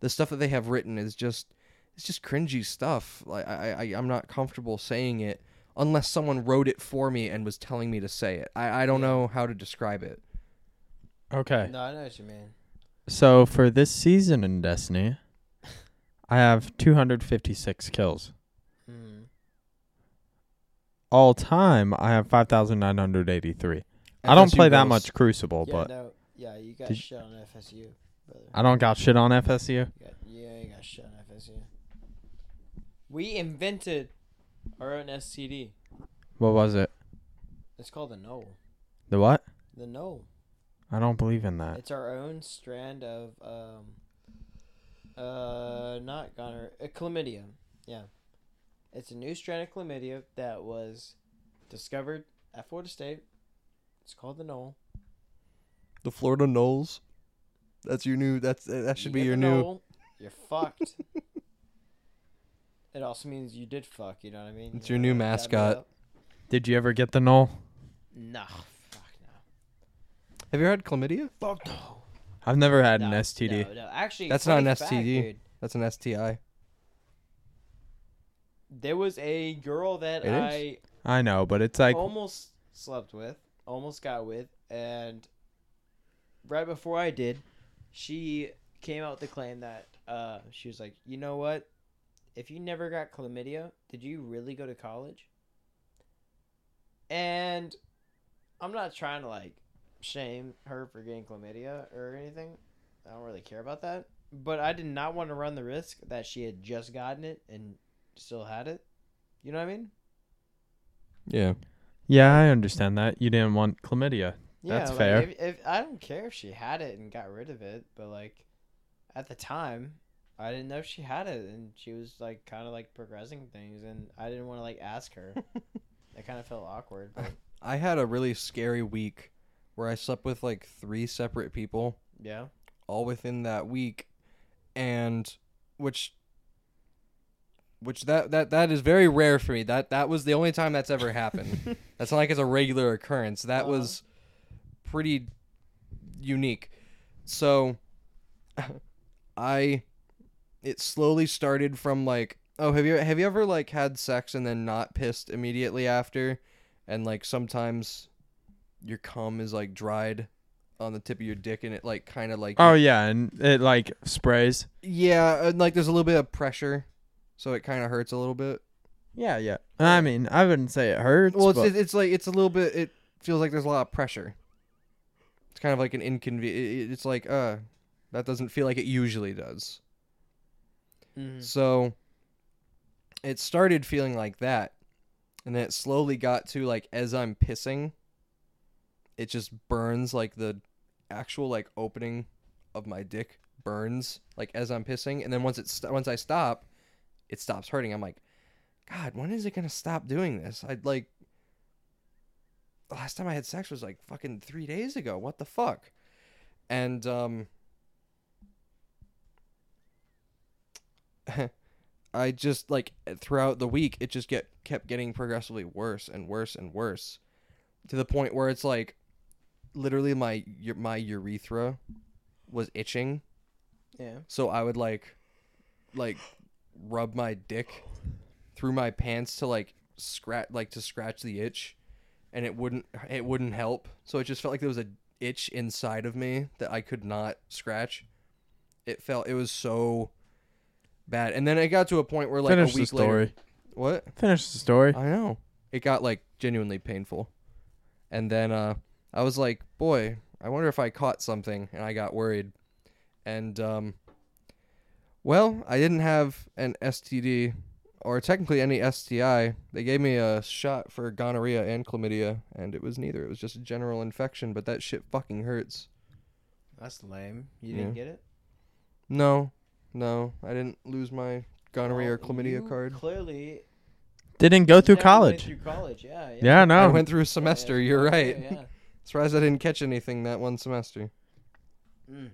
the stuff that they have written is just it's just cringy stuff. Like I, I I'm not comfortable saying it unless someone wrote it for me and was telling me to say it. I, I don't
Yeah.
know how to describe it.
Okay.
No, I know what you mean.
So for this season in Destiny, I have 256 kills.
Mhm.
All time, I have 5,983. I don't
FSU
play that
girls-
much Crucible,
Yeah,
but
no, yeah, you got
Did-
shit on FSU, brother.
I don't got shit on FSU.
You got, yeah, you got shit on FSU. We invented our own STD.
What was it?
It's called the Knoll.
The what?
The Knoll.
I don't believe in that.
It's our own strand of um, uh, not gonorrhea, uh, chlamydia. Yeah, it's a new strand of chlamydia that was discovered at Florida State. It's called the Knoll.
The Florida Knowles. That's your new. That's uh, that should
You
be
get
your
the
new.
Knoll, you're fucked. it also means you did fuck. You know what I mean?
It's
You
your
know,
new
dab it
mascot.
up.
Did you ever get the null?
Nah, fuck no.
Have you ever had chlamydia?
Fuck no.
I've never had an
No,
STD.
No, no. Actually,
That's not
funny
an
fact,
STD.
dude.
That's an STI.
There was a girl that
It is?
I
I
Oh
know, but it's like
almost slept with, almost got with, and right before I did, she came out with the claim that uh, she was like, you know what? If you never got chlamydia, did you really go to college? And I'm not trying to like shame her for getting chlamydia or anything. I don't really care about that. But I did not want to run the risk that she had just gotten it and still had it. You know what I mean?
Yeah.
Yeah, I understand that. You didn't want chlamydia. That's
like,
fair.
If, if I don't care if she had it and got rid of it, but like at the time, I didn't know if she had it, and she was like kind of like progressing things, and I didn't want to like ask her. I kind of felt awkward. But
I had a really scary week where I slept with like three separate people
yeah,
all within that week and which which that that that is very rare for me. That that was the only time that's ever happened. That's not like it's a regular occurrence. That
Uh-huh.
was pretty unique. So I it slowly started from like oh have you have you ever like had sex and then not pissed immediately after and like sometimes your cum is like dried on the tip of your dick and it like kind of like
Oh yeah, and it like sprays.
yeah and like there's a little bit of pressure so it kind of hurts a little bit
Yeah, yeah. I mean, I wouldn't say it hurts.
well, it's,
but-
it's, it's like it's a little bit. It feels like there's a lot of pressure. It's kind of like an inconvenience. It's like uh, that doesn't feel like it usually does.
Mm.
So it started feeling like that, and then it slowly got to like as I'm pissing, it just burns like the actual like opening of my dick burns like as I'm pissing, and then once it st- once I stop, it stops hurting. I'm like, God, when is it gonna stop doing this? I'd like. the Last time I had sex was like fucking three days ago. What the fuck? And um, I just like throughout the week it just get kept getting progressively worse and worse and worse to the point where it's like literally my u- my urethra was itching
yeah.
so I would like like rub my dick through my pants to like scratch like to scratch the itch and it wouldn't it wouldn't help so it just felt like there was a itch inside of me that I could not scratch it felt it was so bad and then it got to a point where like
finish
a week
the story.
later what
Uh,
Finish the story.
I know. It got like genuinely painful. And then uh I was like, boy, I wonder if I caught something and I got worried. And um well, I didn't have an STD or technically any STI. They gave me a shot for gonorrhea and chlamydia and it was neither. It was just a general infection, but that shit fucking hurts.
That's lame. You didn't get it.
No. No, I didn't lose my gonorrhea or
Well,
chlamydia
Oh, you
card.
Clearly,
Didn't go through
never went
college.
Through college, yeah. Yeah.
yeah,
I
no.
went through a semester,
Yeah,
you're
yeah,
right.
Yeah.
Surprised I didn't catch anything that one semester.
Mm.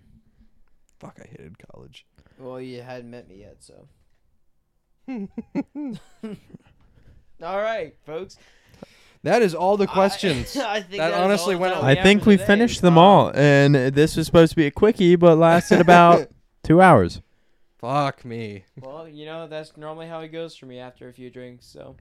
Fuck, I hated college.
Well, you hadn't met me yet, so. All right, folks.
that is all the
I-
questions.
I think
That
is all
honestly
the
went
time
on.
I
have
think
for
we
today.
finished them
Um,
all, and this was supposed to be a quickie, but lasted about two hours.
Fuck me.
Well, you know that's normally how it goes for me after a few drinks. So,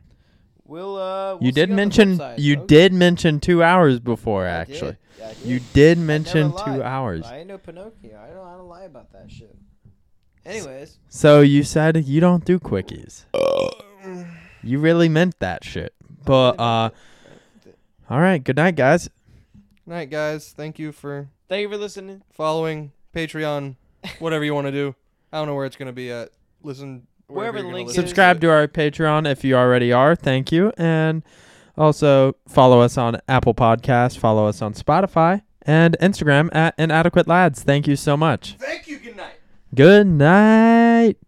we'll. uh we'll
you
see
did
on the flip
mention
side,
you
folks.
did mention two hours before,
I did.
actually.
Yeah, I did.
You did mention
lied.
two hours.
I ain't no Pinocchio. I don't. I don't lie about that shit. Anyways,
So you said you don't do quickies. You really meant that shit. But uh all right, good night guys.
Night, guys. Thank you for
thank you for listening.
following Patreon. Whatever you want to do. I don't know where it's gonna be at. Listen.
Wherever
you're
the
gonna
link
listen
is.
Subscribe to our Patreon if you already are. Thank you. And also follow us on Apple Podcasts, follow us on Spotify and Instagram at inadequate lads. Thank you so much.
Thank you. Good night.
Good night.